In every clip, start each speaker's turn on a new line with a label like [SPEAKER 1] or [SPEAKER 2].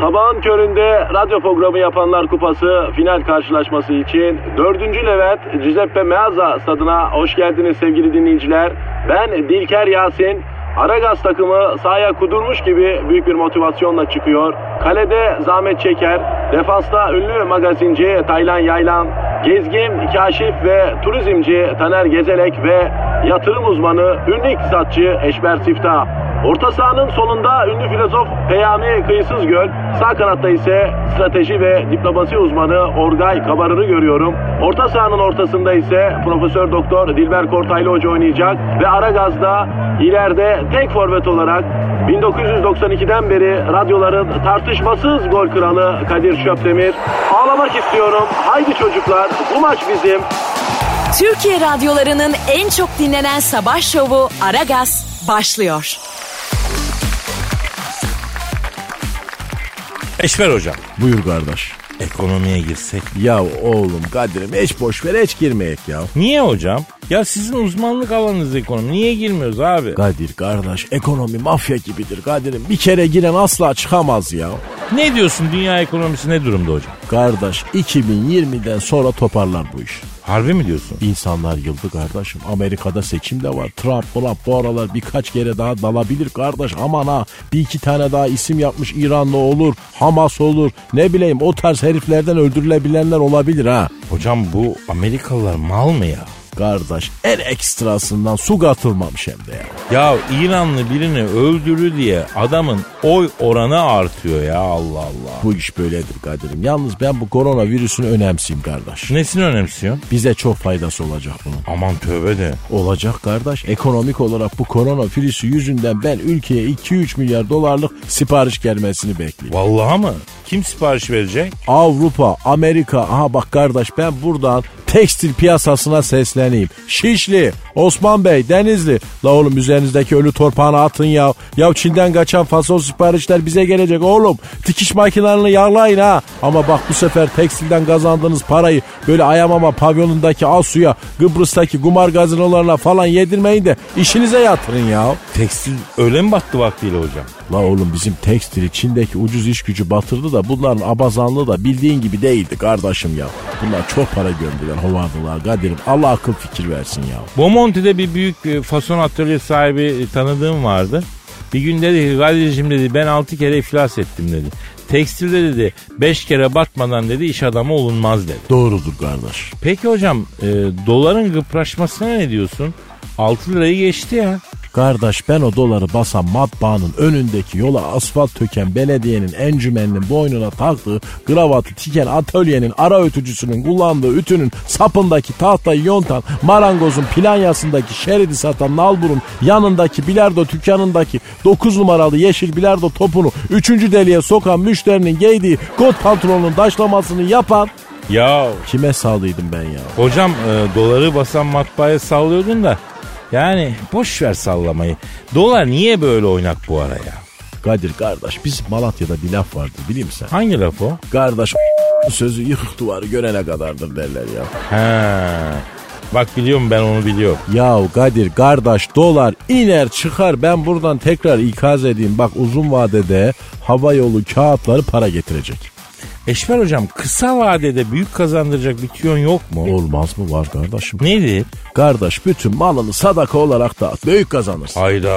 [SPEAKER 1] Sabahın köründe radyo programı yapanlar kupası final karşılaşması için 4. Levent Giuseppe Meazza stadına hoş geldiniz sevgili dinleyiciler. Ben Dilker Yasin. Aragaz takımı sahaya kudurmuş gibi büyük bir motivasyonla çıkıyor. Kalede Zahmet Çeker, defansta ünlü magazinci Taylan Yaylan, gezgin, kaşif ve turizmci Taner Gezelek ve yatırım uzmanı, ünlü iktisatçı Eşber Siftah. Orta sahanın solunda ünlü filozof Peyami Kıyısız Göl, sağ kanatta ise strateji ve diplomasi uzmanı Orgay Kabarır'ı görüyorum. Orta sahanın ortasında ise Profesör Doktor Dilber Kortaylı Hoca oynayacak ve Aragaz'da ileride tek forvet olarak 1992'den beri radyoların tartışmasız gol kralı Kadir Şöpdemir. Ağlamak istiyorum. Haydi çocuklar bu maç bizim.
[SPEAKER 2] Türkiye radyolarının en çok dinlenen sabah şovu Aragaz başlıyor.
[SPEAKER 3] Eşber hocam.
[SPEAKER 4] Buyur kardeş.
[SPEAKER 3] Ekonomiye girsek.
[SPEAKER 4] Ya oğlum Kadir'im hiç boş ver hiç girmeyek ya.
[SPEAKER 3] Niye hocam? Ya sizin uzmanlık alanınız ekonomi. Niye girmiyoruz abi?
[SPEAKER 4] Kadir kardeş ekonomi mafya gibidir Kadir'im. Bir kere giren asla çıkamaz ya.
[SPEAKER 3] Ne diyorsun dünya ekonomisi ne durumda hocam?
[SPEAKER 4] Kardeş 2020'den sonra toparlar bu iş.
[SPEAKER 3] Harbi mi diyorsun?
[SPEAKER 4] İnsanlar yıldı kardeşim. Amerika'da seçim de var. Trump olan bu aralar birkaç kere daha dalabilir kardeş. Aman ha bir iki tane daha isim yapmış İranlı olur. Hamas olur. Ne bileyim o tarz heriflerden öldürülebilenler olabilir ha.
[SPEAKER 3] Hocam bu Amerikalılar mal mı ya?
[SPEAKER 4] Kardeş en ekstrasından su katılmamış hem de ya.
[SPEAKER 3] Ya İranlı birini öldürü diye adamın oy oranı artıyor ya Allah Allah.
[SPEAKER 4] Bu iş böyledir Kadir'im. Yalnız ben bu koronavirüsünü önemseyim kardeş.
[SPEAKER 3] Nesini önemsiyorsun?
[SPEAKER 4] Bize çok faydası olacak bunun.
[SPEAKER 3] Aman tövbe de.
[SPEAKER 4] Olacak kardeş. Ekonomik olarak bu koronavirüsü yüzünden ben ülkeye 2-3 milyar dolarlık sipariş gelmesini bekliyorum.
[SPEAKER 3] Vallahi mı? Kim sipariş verecek?
[SPEAKER 4] Avrupa, Amerika, aha bak kardeş ben buradan tekstil piyasasına sesleneyim. Şişli, Osman Bey, Denizli. La oğlum üzerinizdeki ölü torpağını atın ya. Ya Çin'den kaçan fason siparişler bize gelecek oğlum. Dikiş makinelerini yarlayın ha. Ama bak bu sefer tekstilden kazandığınız parayı böyle Ayamama pavyonundaki Asu'ya, Kıbrıs'taki kumar gazinolarına falan yedirmeyin de işinize yatırın ya.
[SPEAKER 3] Tekstil öyle mi battı vaktiyle hocam?
[SPEAKER 4] La oğlum bizim tekstili Çin'deki ucuz iş gücü batırdı da bunların abazanlığı da bildiğin gibi değildi kardeşim ya. Bunlar çok para gömdüler hovardılar Kadir'im. Allah akıl fikir versin ya.
[SPEAKER 3] Bomonti'de bir büyük e, fason atölye sahibi e, tanıdığım vardı. Bir gün dedi ki Kadir'cim dedi ben 6 kere iflas ettim dedi. Tekstilde dedi 5 kere batmadan dedi iş adamı olunmaz dedi.
[SPEAKER 4] Doğrudur kardeş.
[SPEAKER 3] Peki hocam e, doların gıpraşmasına ne diyorsun? 6 lirayı geçti ya.
[SPEAKER 4] Kardeş ben o doları basan matbaanın önündeki yola asfalt töken belediyenin encümeninin boynuna taktığı kravatı tiken atölyenin ara ötücüsünün kullandığı ütünün sapındaki tahtayı yontan marangozun planyasındaki şeridi satan nalburun yanındaki bilardo dükkanındaki 9 numaralı yeşil bilardo topunu 3. deliğe sokan müşterinin giydiği kot pantolonun daşlamasını yapan
[SPEAKER 3] Ya
[SPEAKER 4] kime sağlıydım ben ya?
[SPEAKER 3] hocam e, doları basan matbaaya sallıyordun da yani boş ver sallamayı. Dolar niye böyle oynak bu ara ya?
[SPEAKER 4] Kadir kardeş biz Malatya'da bir laf vardı biliyor musun? sen?
[SPEAKER 3] Hangi laf o?
[SPEAKER 4] Kardeş sözü yıkık duvarı görene kadardır derler ya.
[SPEAKER 3] Ha. Bak biliyorum ben onu biliyorum.
[SPEAKER 4] Ya Kadir kardeş dolar iner çıkar ben buradan tekrar ikaz edeyim. Bak uzun vadede hava yolu kağıtları para getirecek.
[SPEAKER 3] Eşber hocam kısa vadede büyük kazandıracak bir tüyon yok mu?
[SPEAKER 4] Olmaz mı var kardeşim?
[SPEAKER 3] Nedir?
[SPEAKER 4] Kardeş bütün malını sadaka olarak dağıt büyük kazanırsın.
[SPEAKER 3] Hayda.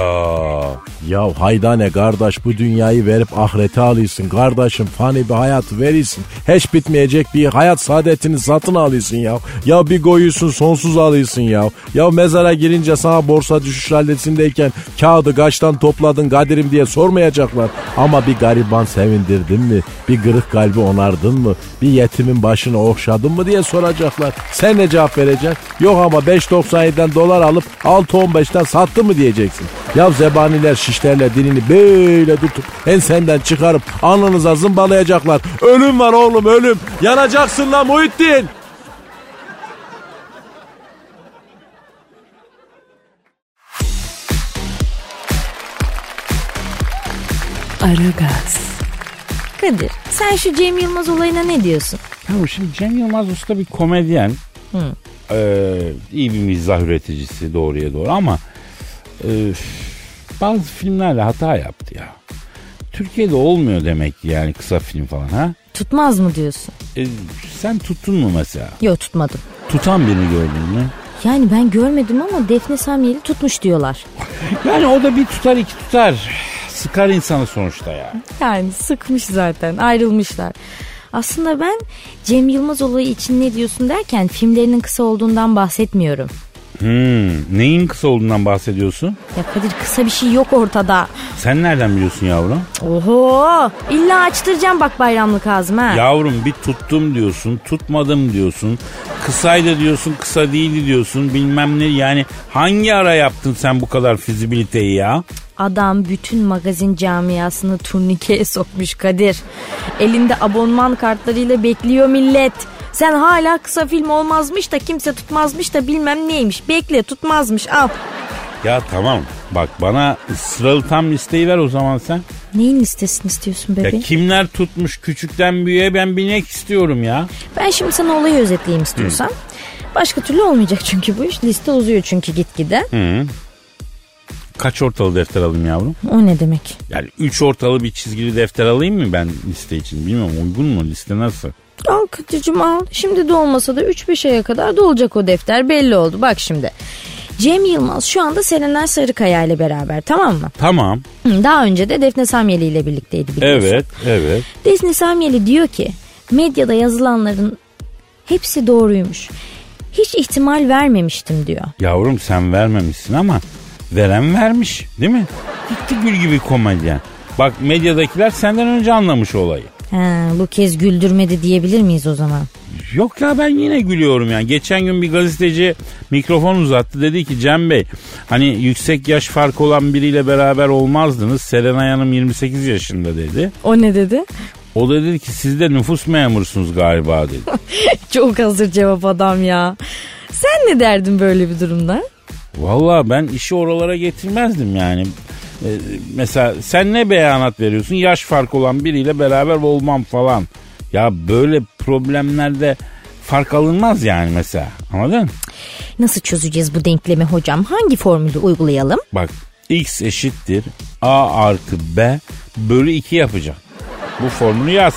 [SPEAKER 4] Ya haydane kardeş bu dünyayı verip ahirete alıyorsun. Kardeşim fani bir hayat verirsin. Hiç bitmeyecek bir hayat saadetini satın alıyorsun ya. Ya bir koyuyorsun sonsuz alıyorsun ya. Ya mezara girince sana borsa düşüş halletindeyken kağıdı kaçtan topladın Kadir'im diye sormayacaklar. Ama bir gariban sevindirdin mi? Bir kırık kalbi onardın mı? Bir yetimin başını okşadın mı diye soracaklar. Sen ne cevap vereceksin? Yok ama 5.97'den dolar alıp 6.15'ten sattı mı diyeceksin. Ya zebaniler şişlerle dilini böyle tutup ensenden çıkarıp alnınıza zımbalayacaklar. Ölüm var oğlum ölüm. Yanacaksın lan Muhittin.
[SPEAKER 5] Aragaz.
[SPEAKER 6] Kadir sen şu Cem Yılmaz olayına ne diyorsun?
[SPEAKER 3] Ya şimdi Cem Yılmaz Usta bir komedyen. Ee, iyi bir mizah üreticisi doğruya doğru ama e, bazı filmlerle hata yaptı ya. Türkiye'de olmuyor demek ki yani kısa film falan ha?
[SPEAKER 7] Tutmaz mı diyorsun?
[SPEAKER 3] E, sen tuttun mu mesela?
[SPEAKER 7] Yok tutmadım.
[SPEAKER 3] Tutan birini gördün mü?
[SPEAKER 7] Yani ben görmedim ama Defne Samyeli tutmuş diyorlar.
[SPEAKER 3] Yani o da bir tutar iki tutar. Sıkar insanı sonuçta ya.
[SPEAKER 7] Yani sıkmış zaten ayrılmışlar. Aslında ben Cem Yılmaz olayı için ne diyorsun derken filmlerinin kısa olduğundan bahsetmiyorum.
[SPEAKER 3] Hmm, neyin kısa olduğundan bahsediyorsun?
[SPEAKER 7] Ya Kadir kısa bir şey yok ortada.
[SPEAKER 3] Sen nereden biliyorsun yavrum?
[SPEAKER 7] Oho illa açtıracağım bak bayramlık ağzımı ha.
[SPEAKER 3] Yavrum bir tuttum diyorsun, tutmadım diyorsun. Kısaydı diyorsun, kısa değildi diyorsun. Bilmem ne yani hangi ara yaptın sen bu kadar fizibiliteyi ya?
[SPEAKER 7] Adam bütün magazin camiasını turnikeye sokmuş Kadir. Elinde abonman kartlarıyla bekliyor millet. Sen hala kısa film olmazmış da kimse tutmazmış da bilmem neymiş. Bekle tutmazmış al.
[SPEAKER 3] Ya tamam bak bana sıralı tam listeyi ver o zaman sen.
[SPEAKER 7] Neyin listesini istiyorsun
[SPEAKER 3] Ya
[SPEAKER 7] bebeğim?
[SPEAKER 3] kimler tutmuş küçükten büyüğe ben bilmek istiyorum ya.
[SPEAKER 7] Ben şimdi sana olayı özetleyeyim istiyorsan. Başka türlü olmayacak çünkü bu iş. Liste uzuyor çünkü gitgide.
[SPEAKER 3] Kaç ortalı defter alayım yavrum?
[SPEAKER 7] O ne demek?
[SPEAKER 3] Yani 3 ortalı bir çizgili defter alayım mı ben liste için? Bilmiyorum uygun mu liste nasıl?
[SPEAKER 7] Al Kadir'cim al. Şimdi de olmasa da 3-5 aya kadar dolacak o defter belli oldu. Bak şimdi. Cem Yılmaz şu anda Serenay Sarıkaya ile beraber tamam mı?
[SPEAKER 3] Tamam.
[SPEAKER 7] Hı, Daha önce de Defne Samyeli ile birlikteydi biliyorsun.
[SPEAKER 3] Evet, evet.
[SPEAKER 7] Defne Samyeli diyor ki medyada yazılanların hepsi doğruymuş. Hiç ihtimal vermemiştim diyor.
[SPEAKER 3] Yavrum sen vermemişsin ama veren vermiş değil mi? Gitti gül gibi komedyen. Bak medyadakiler senden önce anlamış olayı.
[SPEAKER 7] He, bu kez güldürmedi diyebilir miyiz o zaman?
[SPEAKER 3] Yok ya ben yine gülüyorum yani. Geçen gün bir gazeteci mikrofon uzattı. Dedi ki Cem Bey hani yüksek yaş farkı olan biriyle beraber olmazdınız. Serenay Hanım 28 yaşında dedi.
[SPEAKER 7] O ne dedi?
[SPEAKER 3] O da dedi ki siz de nüfus memursunuz galiba dedi.
[SPEAKER 7] Çok hazır cevap adam ya. Sen ne derdin böyle bir durumda?
[SPEAKER 3] Valla ben işi oralara getirmezdim yani. Ee, mesela sen ne beyanat veriyorsun? Yaş farkı olan biriyle beraber olmam falan. Ya böyle problemlerde fark alınmaz yani mesela. Anladın?
[SPEAKER 7] Nasıl çözeceğiz bu denklemi hocam? Hangi formülü uygulayalım?
[SPEAKER 3] Bak x eşittir a artı b bölü 2 yapacak. Bu formülü yaz.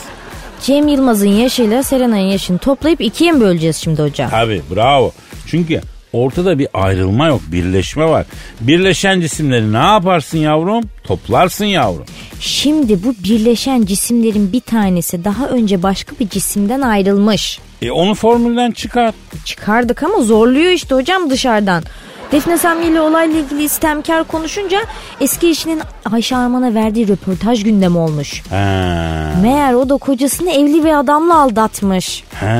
[SPEAKER 7] Cem Yılmaz'ın yaşıyla Serenay'ın yaşını toplayıp ikiye mi böleceğiz şimdi hocam?
[SPEAKER 3] Tabi bravo. Çünkü ortada bir ayrılma yok birleşme var. Birleşen cisimleri ne yaparsın yavrum? Toplarsın yavrum.
[SPEAKER 7] Şimdi bu birleşen cisimlerin bir tanesi daha önce başka bir cisimden ayrılmış.
[SPEAKER 3] E onu formülden çıkar.
[SPEAKER 7] Çıkardık ama zorluyor işte hocam dışarıdan. Defne Samyeli ile olayla ilgili istemkar konuşunca eski eşinin Ayşe Arman'a verdiği röportaj gündemi olmuş.
[SPEAKER 3] Ha.
[SPEAKER 7] Meğer o da kocasını evli bir adamla aldatmış.
[SPEAKER 3] Ha.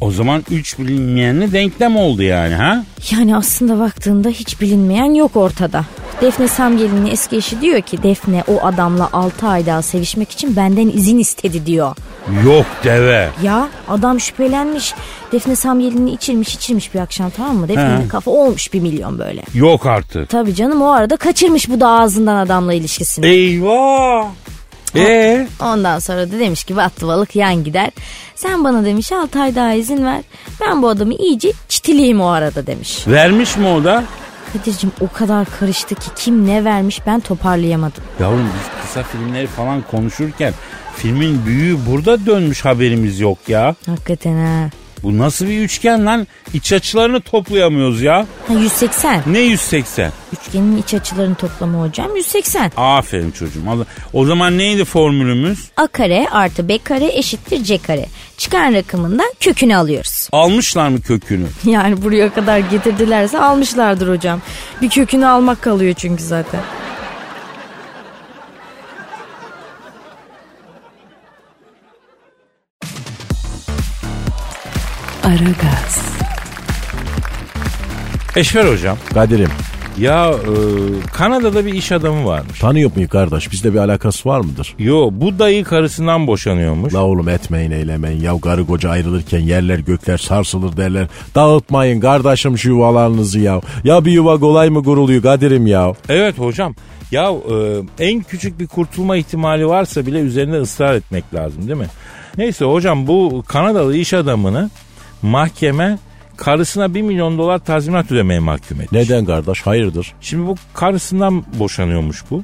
[SPEAKER 3] O zaman 3 bilinmeyenli denklem oldu yani ha?
[SPEAKER 7] Yani aslında baktığında hiç bilinmeyen yok ortada. Defne Samyeli'nin eski eşi diyor ki Defne o adamla 6 ay daha sevişmek için benden izin istedi diyor.
[SPEAKER 3] Yok deve.
[SPEAKER 7] Ya adam şüphelenmiş. Defne Samyeli'ni içirmiş içirmiş bir akşam tamam mı? Defne'nin
[SPEAKER 3] He.
[SPEAKER 7] kafa olmuş bir milyon böyle.
[SPEAKER 3] Yok artık.
[SPEAKER 7] Tabii canım o arada kaçırmış bu da ağzından adamla ilişkisini.
[SPEAKER 3] Eyvah. E
[SPEAKER 7] Ondan sonra da demiş ki battı balık yan gider. Sen bana demiş 6 ay daha izin ver. Ben bu adamı iyice çitileyim o arada demiş.
[SPEAKER 3] vermiş mi o da?
[SPEAKER 7] Kadir'cim o kadar karıştı ki kim ne vermiş ben toparlayamadım.
[SPEAKER 3] Yavrum biz kısa filmleri falan konuşurken filmin büyüğü burada dönmüş haberimiz yok ya.
[SPEAKER 7] Hakikaten ha.
[SPEAKER 3] Bu nasıl bir üçgen lan? İç açılarını toplayamıyoruz ya.
[SPEAKER 7] ha 180.
[SPEAKER 3] Ne 180?
[SPEAKER 7] Üçgenin iç açılarının toplamı hocam 180.
[SPEAKER 3] Aferin çocuğum. Allah- O zaman neydi formülümüz?
[SPEAKER 7] A kare artı B kare eşittir C kare. Çıkan rakımından kökünü alıyoruz.
[SPEAKER 3] Almışlar mı kökünü?
[SPEAKER 7] Yani buraya kadar getirdilerse almışlardır hocam. Bir kökünü almak kalıyor çünkü zaten.
[SPEAKER 2] Aragaz,
[SPEAKER 3] Eşver hocam.
[SPEAKER 4] Kadir'im
[SPEAKER 3] Ya e, Kanada'da bir iş adamı varmış.
[SPEAKER 4] tanıyor muyum kardeş? Bizde bir alakası var mıdır?
[SPEAKER 3] Yo bu dayı karısından boşanıyormuş.
[SPEAKER 4] La oğlum etmeyin eylemeyin. Ya karı koca ayrılırken yerler gökler sarsılır derler. Dağıtmayın kardeşim şu yuvalarınızı ya. Ya bir yuva kolay mı kuruluyor Kadir'im ya?
[SPEAKER 3] Evet hocam. Ya e, en küçük bir kurtulma ihtimali varsa bile üzerinde ısrar etmek lazım değil mi? Neyse hocam bu Kanadalı iş adamını mahkeme karısına 1 milyon dolar tazminat ödemeye mahkum etmiş.
[SPEAKER 4] Neden kardeş? Hayırdır?
[SPEAKER 3] Şimdi bu karısından boşanıyormuş bu.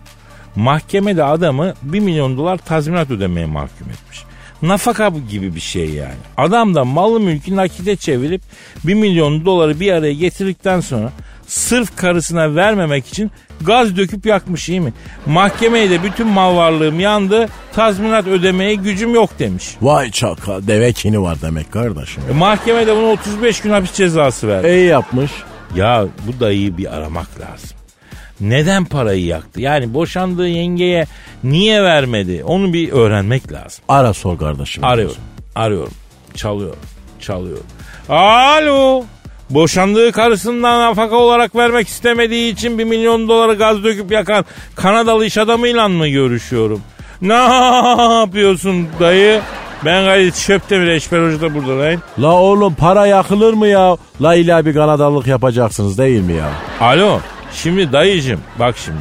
[SPEAKER 3] Mahkemede adamı 1 milyon dolar tazminat ödemeye mahkum etmiş. Nafaka gibi bir şey yani. Adam da malı mülkü nakite çevirip 1 milyon doları bir araya getirdikten sonra sırf karısına vermemek için gaz döküp yakmış iyi mi? Mahkemeye de bütün mal varlığım yandı tazminat ödemeye gücüm yok demiş.
[SPEAKER 4] Vay çaka deve kini var demek kardeşim.
[SPEAKER 3] E, Mahkeme de buna 35 gün hapis cezası verdi.
[SPEAKER 4] İyi yapmış.
[SPEAKER 3] Ya bu dayıyı bir aramak lazım. Neden parayı yaktı? Yani boşandığı yengeye niye vermedi? Onu bir öğrenmek lazım.
[SPEAKER 4] Ara sor kardeşim.
[SPEAKER 3] Arıyorum. Arıyorum. Çalıyorum. Çalıyorum. Alo. Boşandığı karısından nafaka olarak vermek istemediği için bir milyon doları gaz döküp yakan Kanadalı iş adamıyla mı görüşüyorum? Ne yapıyorsun dayı? Ben gayet Şöptemir Eşber Hoca da burada lan.
[SPEAKER 4] La oğlum para yakılır mı ya? La illa bir kanadalık yapacaksınız değil mi ya?
[SPEAKER 3] Alo şimdi dayıcım bak şimdi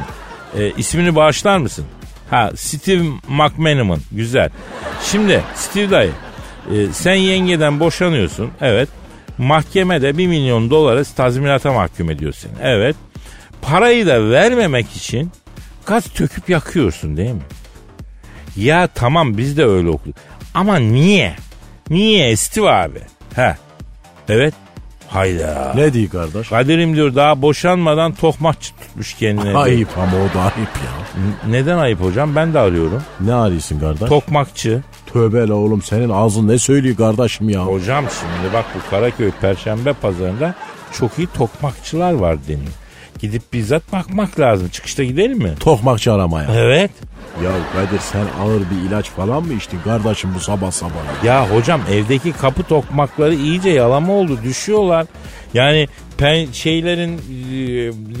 [SPEAKER 3] E, ismini bağışlar mısın? Ha Steve McManaman güzel. Şimdi Steve dayı e, sen yengeden boşanıyorsun evet. Mahkemede 1 milyon dolara tazminata mahkum ediyor seni evet. Parayı da vermemek için gaz töküp yakıyorsun değil mi? Ya tamam biz de öyle okuduk. Ama niye? Niye Steve abi? Ha evet. Hayda.
[SPEAKER 4] Ne diyor kardeş?
[SPEAKER 3] Kadir'im diyor daha boşanmadan tokmakçı tutmuş kendine. diyor.
[SPEAKER 4] Ayıp ama o da ayıp ya.
[SPEAKER 3] N- Neden ayıp hocam? Ben de arıyorum.
[SPEAKER 4] Ne arıyorsun kardeş?
[SPEAKER 3] Tokmakçı.
[SPEAKER 4] Tövbe la oğlum senin ağzın ne söylüyor kardeşim ya?
[SPEAKER 3] Hocam şimdi bak bu Karaköy Perşembe Pazarı'nda çok iyi tokmakçılar var deniyor. Gidip bizzat bakmak lazım. Çıkışta gidelim mi?
[SPEAKER 4] Tokmakçı aramaya.
[SPEAKER 3] Evet.
[SPEAKER 4] ya Kadir sen ağır bir ilaç falan mı içtin kardeşim bu sabah sabah? ya?
[SPEAKER 3] Ya hocam evdeki kapı tokmakları iyice yalama oldu. Düşüyorlar. Yani pen şeylerin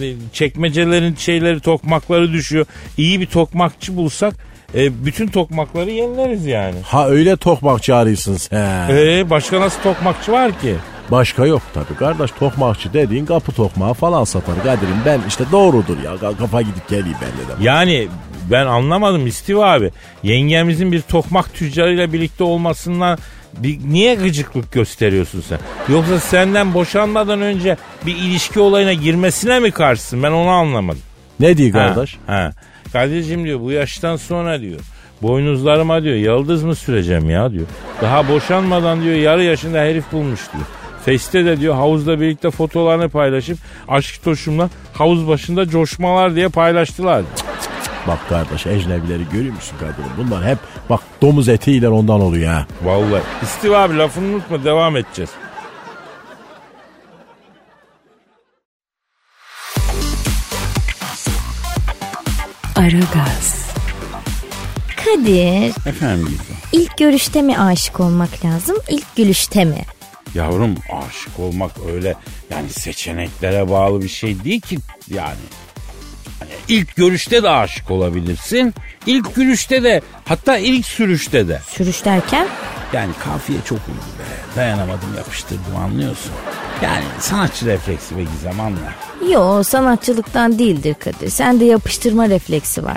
[SPEAKER 3] e, çekmecelerin şeyleri tokmakları düşüyor. İyi bir tokmakçı bulsak e, bütün tokmakları yenileriz yani.
[SPEAKER 4] Ha öyle tokmakçı arıyorsun sen.
[SPEAKER 3] Ee, başka nasıl tokmakçı var ki?
[SPEAKER 4] Başka yok tabii kardeş tokmakçı dediğin kapı tokmağı falan satar Kadir'im ben işte doğrudur ya Ka- kafa gidip geleyim ben de.
[SPEAKER 3] Yani ben anlamadım İstiva abi. Yengemizin bir tokmak tüccarıyla birlikte olmasından bir, niye gıcıklık gösteriyorsun sen? Yoksa senden boşanmadan önce bir ilişki olayına girmesine mi karşısın? Ben onu anlamadım.
[SPEAKER 4] Ne diyor kardeş?
[SPEAKER 3] Ha, ha. Kardeşim diyor bu yaştan sonra diyor. Boynuzlarıma diyor yıldız mı süreceğim ya diyor. Daha boşanmadan diyor yarı yaşında herif bulmuş diyor. Feste de diyor havuzda birlikte fotolarını paylaşıp aşk toşumla havuz başında coşmalar diye paylaştılar.
[SPEAKER 4] Bak kardeş ecnebileri görüyor musun Kadir'im bunlar hep bak domuz etiyle ondan oluyor ha.
[SPEAKER 3] Vallahi. İstiva abi lafını unutma devam edeceğiz.
[SPEAKER 2] Aragaz,
[SPEAKER 7] Kadir
[SPEAKER 8] Efendim güzel.
[SPEAKER 7] ilk görüşte mi aşık olmak lazım ilk gülüşte mi?
[SPEAKER 8] Yavrum aşık olmak öyle yani seçeneklere bağlı bir şey değil ki yani. Hani ilk görüşte de aşık olabilirsin. İlk gülüşte de hatta ilk sürüşte de.
[SPEAKER 7] Sürüş derken
[SPEAKER 8] Yani kafiye çok uydu be. Dayanamadım yapıştırdım anlıyorsun. Yani sanatçı refleksi ve gizem anlar.
[SPEAKER 7] Yo sanatçılıktan değildir Kadir. Sende yapıştırma refleksi var.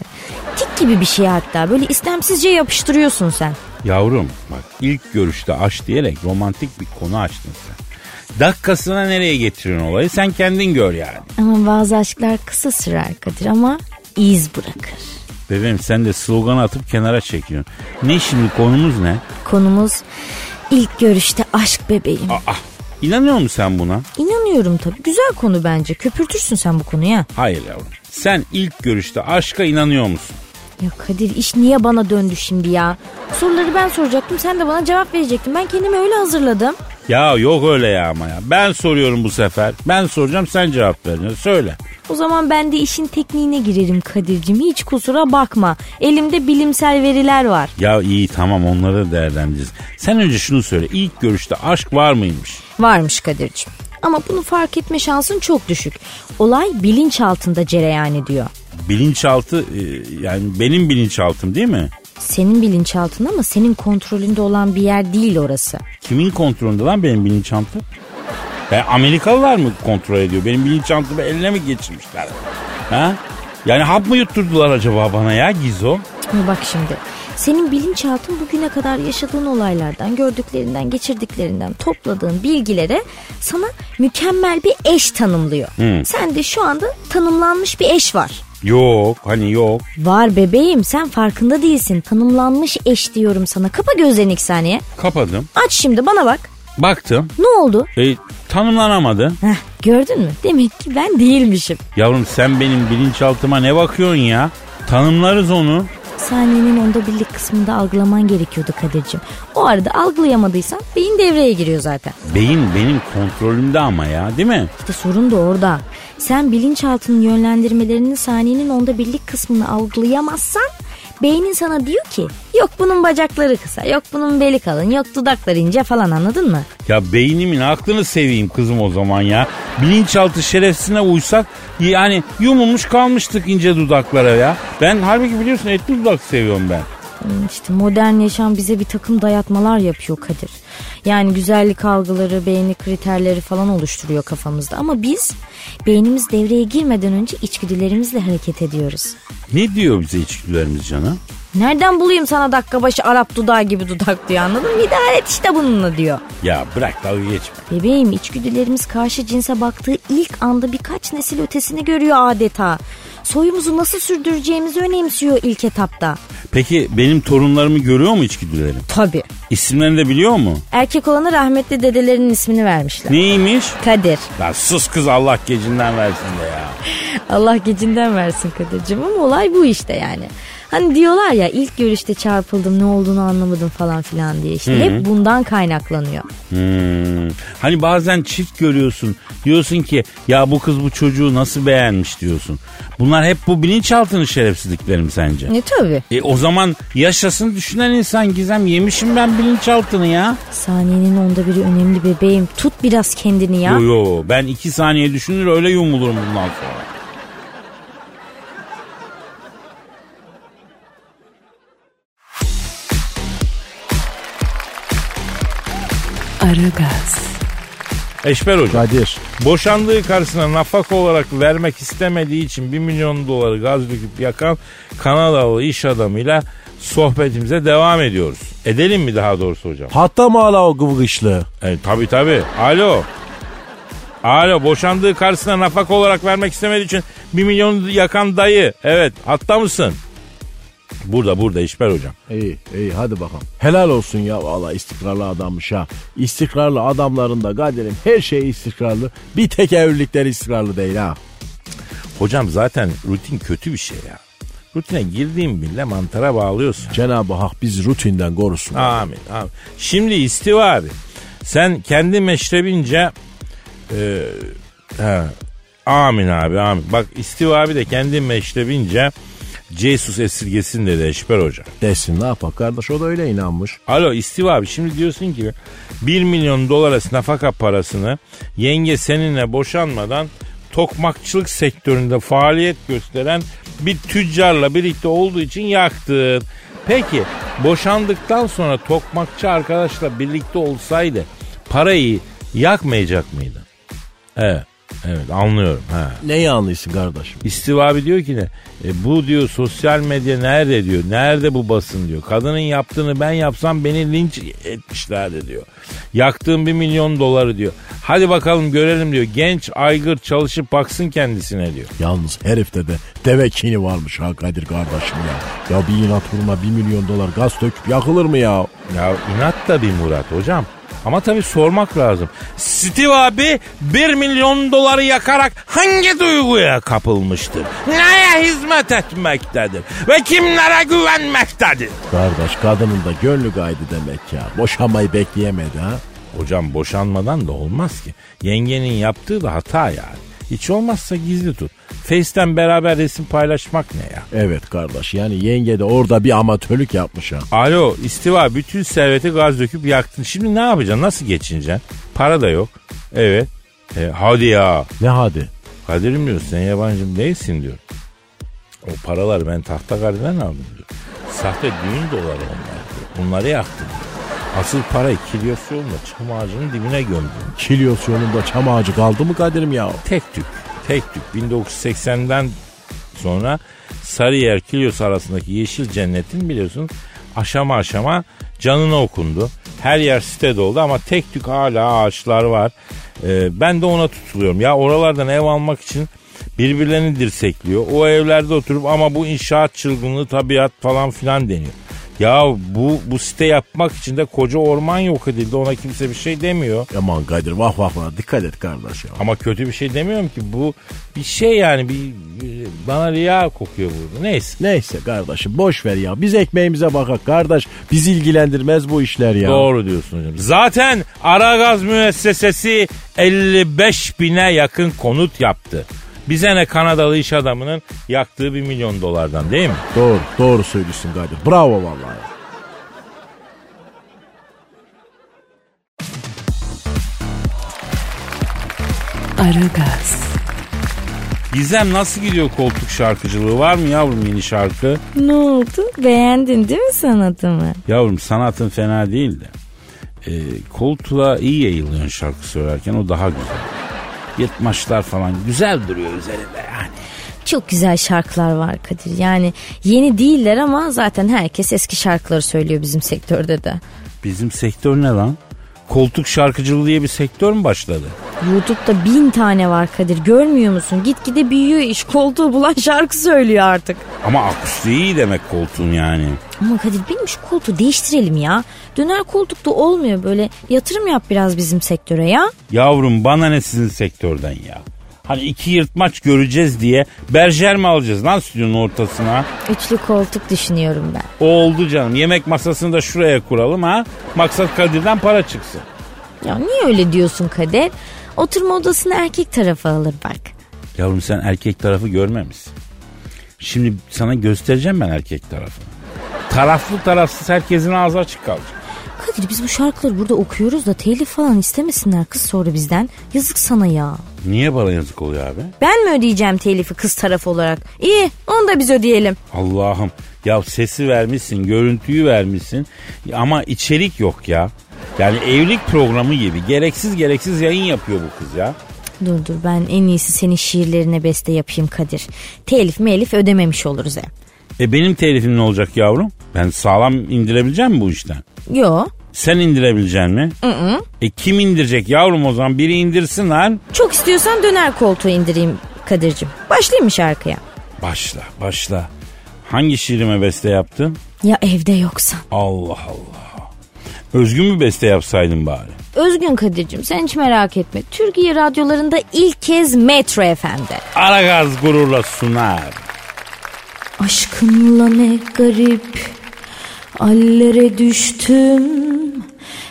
[SPEAKER 7] Tik gibi bir şey hatta. Böyle istemsizce yapıştırıyorsun sen.
[SPEAKER 8] Yavrum bak ilk görüşte aç diyerek romantik bir konu açtın sen. Dakikasına nereye getiriyorsun olayı sen kendin gör yani.
[SPEAKER 7] Ama bazı aşklar kısa sürer Kadir ama iz bırakır.
[SPEAKER 8] Bebeğim sen de slogan atıp kenara çekiyorsun. Ne şimdi konumuz ne?
[SPEAKER 7] Konumuz ilk görüşte aşk bebeğim.
[SPEAKER 8] Aa, inanıyor musun sen buna?
[SPEAKER 7] İnanıyorum tabii. Güzel konu bence. Köpürtürsün sen bu konuya.
[SPEAKER 8] Hayır yavrum. Sen ilk görüşte aşka inanıyor musun?
[SPEAKER 7] Ya Kadir iş niye bana döndü şimdi ya? Soruları ben soracaktım. Sen de bana cevap verecektin. Ben kendimi öyle hazırladım.
[SPEAKER 8] Ya yok öyle ya ama ya. Ben soruyorum bu sefer. Ben soracağım sen cevap vereceksin. Söyle.
[SPEAKER 7] O zaman ben de işin tekniğine girerim Kadir'cim. Hiç kusura bakma. Elimde bilimsel veriler var.
[SPEAKER 8] Ya iyi tamam onları da değerlendireceğiz. Sen önce şunu söyle. İlk görüşte aşk var mıymış?
[SPEAKER 7] Varmış Kadir'cim. Ama bunu fark etme şansın çok düşük. Olay bilinç altında cereyan ediyor.
[SPEAKER 8] Bilinçaltı e, yani benim bilinçaltım değil mi?
[SPEAKER 7] Senin bilinçaltın ama senin kontrolünde olan bir yer değil orası.
[SPEAKER 8] Kimin kontrolünde lan benim bilinçaltım? E, Amerikalılar mı kontrol ediyor? Benim bilinçaltımı eline mi geçirmişler? Ha? Yani hap mı yutturdular acaba bana ya Gizo?
[SPEAKER 7] Ama bak şimdi. Senin bilinçaltın bugüne kadar yaşadığın olaylardan, gördüklerinden, geçirdiklerinden topladığın bilgilere sana mükemmel bir eş tanımlıyor. Sen de şu anda tanımlanmış bir eş var.
[SPEAKER 3] Yok hani yok.
[SPEAKER 7] Var bebeğim sen farkında değilsin. Tanımlanmış eş diyorum sana. Kapa gözlerini iki saniye.
[SPEAKER 3] Kapadım.
[SPEAKER 7] Aç şimdi bana bak.
[SPEAKER 3] Baktım.
[SPEAKER 7] Ne oldu?
[SPEAKER 3] E, tanımlanamadı.
[SPEAKER 7] Heh, gördün mü? Demek ki ben değilmişim.
[SPEAKER 3] Yavrum sen benim bilinçaltıma ne bakıyorsun ya? Tanımlarız onu.
[SPEAKER 7] Saniyenin onda birlik kısmında algılaman gerekiyordu Kadir'cim. O arada algılayamadıysan beyin devreye giriyor zaten.
[SPEAKER 3] Beyin benim kontrolümde ama ya değil mi?
[SPEAKER 7] İşte sorun da orada. Sen bilinçaltının yönlendirmelerini saniyenin onda birlik kısmını algılayamazsan beynin sana diyor ki yok bunun bacakları kısa, yok bunun beli kalın, yok dudakları ince falan anladın mı?
[SPEAKER 3] Ya beynimin aklını seveyim kızım o zaman ya. Bilinçaltı şerefsine uysak yani yumulmuş kalmıştık ince dudaklara ya. Ben halbuki biliyorsun etli dudak seviyorum ben.
[SPEAKER 7] Hmm, İşte modern yaşam bize bir takım dayatmalar yapıyor Kadir. Yani güzellik algıları, beğeni kriterleri falan oluşturuyor kafamızda. Ama biz beynimiz devreye girmeden önce içgüdülerimizle hareket ediyoruz.
[SPEAKER 3] Ne diyor bize içgüdülerimiz canım?
[SPEAKER 7] Nereden bulayım sana dakika başı Arap dudağı gibi dudak diyor anladın mı? İdare et işte bununla diyor.
[SPEAKER 3] Ya bırak dalga geçme.
[SPEAKER 7] Bebeğim içgüdülerimiz karşı cinse baktığı ilk anda birkaç nesil ötesini görüyor adeta. Soyumuzu nasıl sürdüreceğimizi önemsiyor ilk etapta.
[SPEAKER 3] Peki benim torunlarımı görüyor mu içgüdülerim?
[SPEAKER 7] Tabii.
[SPEAKER 3] İsimlerini de biliyor mu?
[SPEAKER 7] Erkek olanı rahmetli dedelerinin ismini vermişler.
[SPEAKER 3] Neymiş?
[SPEAKER 7] Kadir.
[SPEAKER 3] Lan sus kız Allah gecinden versin de ya.
[SPEAKER 7] Allah gecinden versin Kadir'cim ama olay bu işte yani. Hani diyorlar ya ilk görüşte çarpıldım ne olduğunu anlamadım falan filan diye işte hep bundan kaynaklanıyor.
[SPEAKER 3] Hmm. Hani bazen çift görüyorsun. Diyorsun ki ya bu kız bu çocuğu nasıl beğenmiş diyorsun. Bunlar hep bu bilinçaltının şerefsizlikleri mi sence?
[SPEAKER 7] Ne tabii.
[SPEAKER 3] E o zaman yaşasın düşünen insan Gizem yemişim ben bilinçaltını ya.
[SPEAKER 7] Saniyenin onda biri önemli bebeğim. Tut biraz kendini ya.
[SPEAKER 3] Yo yo ben iki saniye düşünür öyle yumulurum bundan sonra.
[SPEAKER 2] Aragaz,
[SPEAKER 9] Eşber Hoca.
[SPEAKER 4] Kadir.
[SPEAKER 9] Boşandığı karısına nafaka olarak vermek istemediği için 1 milyon doları gaz döküp yakan Kanadalı iş adamıyla sohbetimize devam ediyoruz. Edelim mi daha doğrusu hocam?
[SPEAKER 4] Hatta mı hala o gıvgışlı?
[SPEAKER 9] E, tabii tabii. Alo. Alo boşandığı karısına nafaka olarak vermek istemediği için 1 milyon yakan dayı. Evet hatta mısın? Burada burada İşber hocam.
[SPEAKER 4] İyi iyi hadi bakalım. Helal olsun ya valla istikrarlı adammış ha. İstikrarlı adamların da Kadir'im her şey istikrarlı. Bir tek evlilikler istikrarlı değil ha.
[SPEAKER 9] Hocam zaten rutin kötü bir şey ya. Rutine girdiğin bile mantara bağlıyorsun.
[SPEAKER 4] Cenab-ı Hak bizi rutinden korusun.
[SPEAKER 9] Amin, amin. Şimdi istiva abi. Sen kendi meşrebince... e, he, amin abi amin. Bak istiva abi de kendi meşrebince... Jesus esirgesin dedi Eşber Hoca.
[SPEAKER 4] Desin ne yapak kardeş o da öyle inanmış.
[SPEAKER 9] Alo İstiva abi şimdi diyorsun ki 1 milyon dolara nafaka parasını yenge seninle boşanmadan tokmakçılık sektöründe faaliyet gösteren bir tüccarla birlikte olduğu için yaktın. Peki boşandıktan sonra tokmakçı arkadaşla birlikte olsaydı parayı yakmayacak mıydı? Evet, evet anlıyorum. Ha.
[SPEAKER 4] Neyi anlıyorsun kardeşim?
[SPEAKER 9] İstiva abi diyor ki ne? E, bu diyor sosyal medya nerede diyor. Nerede bu basın diyor. Kadının yaptığını ben yapsam beni linç etmişlerdi diyor. Yaktığım bir milyon doları diyor. Hadi bakalım görelim diyor. Genç aygır çalışıp baksın kendisine diyor.
[SPEAKER 4] Yalnız herifte de deve kini varmış ha Kadir kardeşim ya. Ya bir inat vurma bir milyon dolar gaz döküp yakılır mı ya?
[SPEAKER 9] Ya inat da bir Murat hocam. Ama tabii sormak lazım. Steve abi 1 milyon doları yakarak hangi duyguya kapılmıştır? Neye hizmet etmektedir? Ve kimlere güvenmektedir?
[SPEAKER 4] Kardeş kadının da gönlü gaydı demek ya. Boşanmayı bekleyemedi ha.
[SPEAKER 9] Hocam boşanmadan da olmaz ki. Yengenin yaptığı da hata yani. Hiç olmazsa gizli tut. Face'ten beraber resim paylaşmak ne ya?
[SPEAKER 4] Evet kardeş yani yenge de orada bir amatörlük yapmış ha.
[SPEAKER 9] Alo istiva bütün serveti gaz döküp yaktın. Şimdi ne yapacaksın? Nasıl geçineceksin? Para da yok. Evet. E, hadi ya.
[SPEAKER 4] Ne hadi?
[SPEAKER 9] Kadir'im diyor sen yabancım değilsin diyor. O paralar ben tahta kareden aldım diyor. Sahte düğün doları onlar diyor. Bunları yaktım diyor. Asıl parayı kilyosu yolunda çam ağacının dibine gömdüm.
[SPEAKER 4] Kilios yolunda çam ağacı kaldı mı Kadir'im ya?
[SPEAKER 9] Tek tük. Tek tük. 1980'den sonra Sarıyer Kilyos arasındaki Yeşil Cennet'in biliyorsun aşama aşama canına okundu. Her yer site doldu ama tek tük hala ağaçlar var. Ee, ben de ona tutuluyorum. Ya oralardan ev almak için Birbirlerini dirsekliyor. O evlerde oturup ama bu inşaat çılgınlığı tabiat falan filan deniyor. Ya bu bu site yapmak için de koca orman yok edildi. Ona kimse bir şey demiyor.
[SPEAKER 4] Aman Kadir vah vah vah dikkat et kardeş ya.
[SPEAKER 9] Ama kötü bir şey demiyorum ki. Bu bir şey yani bir, bir- bana riya kokuyor burada. Neyse.
[SPEAKER 4] Neyse kardeşim boş ver ya. Biz ekmeğimize bakak kardeş. Biz ilgilendirmez bu işler ya.
[SPEAKER 9] Doğru diyorsun hocam. Zaten Aragaz müessesesi 55 bine yakın konut yaptı. Bize ne Kanadalı iş adamının yaktığı bir milyon dolardan değil mi?
[SPEAKER 4] Doğru, doğru söylüyorsun Kadir. Bravo vallahi.
[SPEAKER 2] Aragaz,
[SPEAKER 3] Gizem nasıl gidiyor koltuk şarkıcılığı? Var mı yavrum yeni şarkı?
[SPEAKER 7] Ne oldu? Beğendin değil mi sanatımı?
[SPEAKER 3] Yavrum sanatın fena değil de. Ee, koltuğa iyi yayılıyorsun şarkı söylerken o daha güzel. Yırtmaçlar falan güzel duruyor üzerinde yani.
[SPEAKER 7] Çok güzel şarkılar var Kadir. Yani yeni değiller ama zaten herkes eski şarkıları söylüyor bizim sektörde de.
[SPEAKER 3] Bizim sektör ne lan? Koltuk şarkıcılığı diye bir sektör mü başladı?
[SPEAKER 7] YouTube'da bin tane var Kadir. Görmüyor musun? Gitgide büyüyor iş. Koltuğu bulan şarkı söylüyor artık.
[SPEAKER 3] Ama akustiği iyi demek koltuğun yani.
[SPEAKER 7] Ama Kadir benim şu koltuğu değiştirelim ya. Döner koltukta olmuyor böyle. Yatırım yap biraz bizim sektöre ya.
[SPEAKER 3] Yavrum bana ne sizin sektörden ya? Hani iki yırtmaç göreceğiz diye berjer mi alacağız lan stüdyonun ortasına?
[SPEAKER 7] Üçlü koltuk düşünüyorum ben.
[SPEAKER 3] O oldu canım. Yemek masasını da şuraya kuralım ha. Maksat Kadir'den para çıksın.
[SPEAKER 7] Ya niye öyle diyorsun Kadir? Oturma odasını erkek tarafa alır bak.
[SPEAKER 3] Yavrum sen erkek tarafı görmemişsin. Şimdi sana göstereceğim ben erkek tarafını. Taraflı tarafsız herkesin ağzı açık kalacak.
[SPEAKER 7] Kadir biz bu şarkıları burada okuyoruz da telif falan istemesinler kız sonra bizden. Yazık sana ya.
[SPEAKER 3] Niye bana yazık oluyor abi?
[SPEAKER 7] Ben mi ödeyeceğim telifi kız tarafı olarak? İyi onu da biz ödeyelim.
[SPEAKER 3] Allah'ım ya sesi vermişsin, görüntüyü vermişsin ama içerik yok ya. Yani evlilik programı gibi gereksiz gereksiz yayın yapıyor bu kız ya.
[SPEAKER 7] Dur dur ben en iyisi senin şiirlerine beste yapayım Kadir. Telif melif ödememiş oluruz hem.
[SPEAKER 3] E benim telifim ne olacak yavrum? Ben sağlam indirebileceğim mi bu işten?
[SPEAKER 7] Yo
[SPEAKER 3] Sen indirebileceksin mi? E kim indirecek yavrum o zaman? Biri indirsin lan.
[SPEAKER 7] çok istiyorsan döner koltuğu indireyim Kadir'cim. Başlayayım mı şarkıya?
[SPEAKER 3] Başla başla. Hangi şiirime beste yaptın?
[SPEAKER 7] Ya evde yoksan.
[SPEAKER 3] Allah Allah. Özgün bir beste yapsaydın bari.
[SPEAKER 7] Özgün Kadir'cim sen hiç merak etme. Türkiye radyolarında ilk kez Metro FM'de.
[SPEAKER 3] Aragaz gururla sunar.
[SPEAKER 7] Aşkınla ne garip hallere düştüm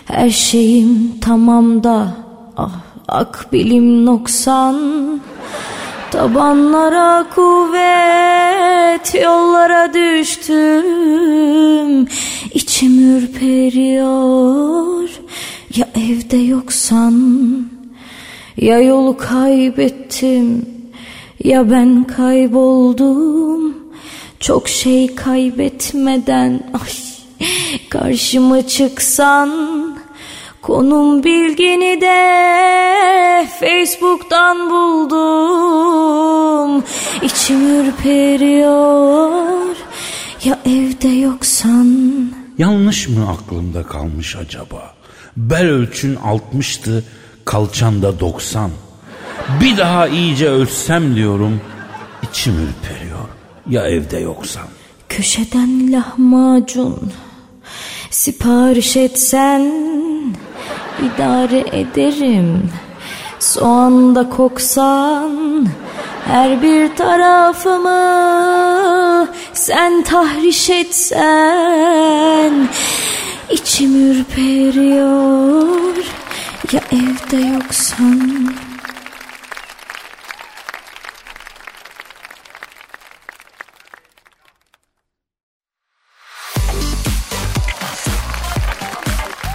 [SPEAKER 7] Her şeyim tamamda ah akbilim noksan Tabanlara kuvvet yollara düştüm İçim ürperiyor ya evde yoksan ya yolu kaybettim ya ben kayboldum Çok şey kaybetmeden ay karşıma çıksan Konum bilgini de Facebook'tan buldum İçim ürperiyor ya evde yoksan
[SPEAKER 3] Yanlış mı aklımda kalmış acaba? Bel ölçün 60'tı, kalçanda 90. Bir daha iyice ölsem diyorum, içim ürperiyor. Ya evde yoksan?
[SPEAKER 7] Köşeden lahmacun sipariş etsen idare ederim. Soğan da koksan her bir tarafımı sen tahriş etsen içim ürperiyor ya evde yoksan.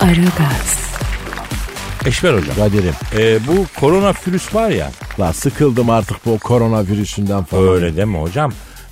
[SPEAKER 2] Aragaz,
[SPEAKER 9] Eşber hocam.
[SPEAKER 4] Kadir'im
[SPEAKER 9] E, bu koronavirüs var ya.
[SPEAKER 4] la sıkıldım artık bu koronavirüsünden falan.
[SPEAKER 9] Öyle deme hocam.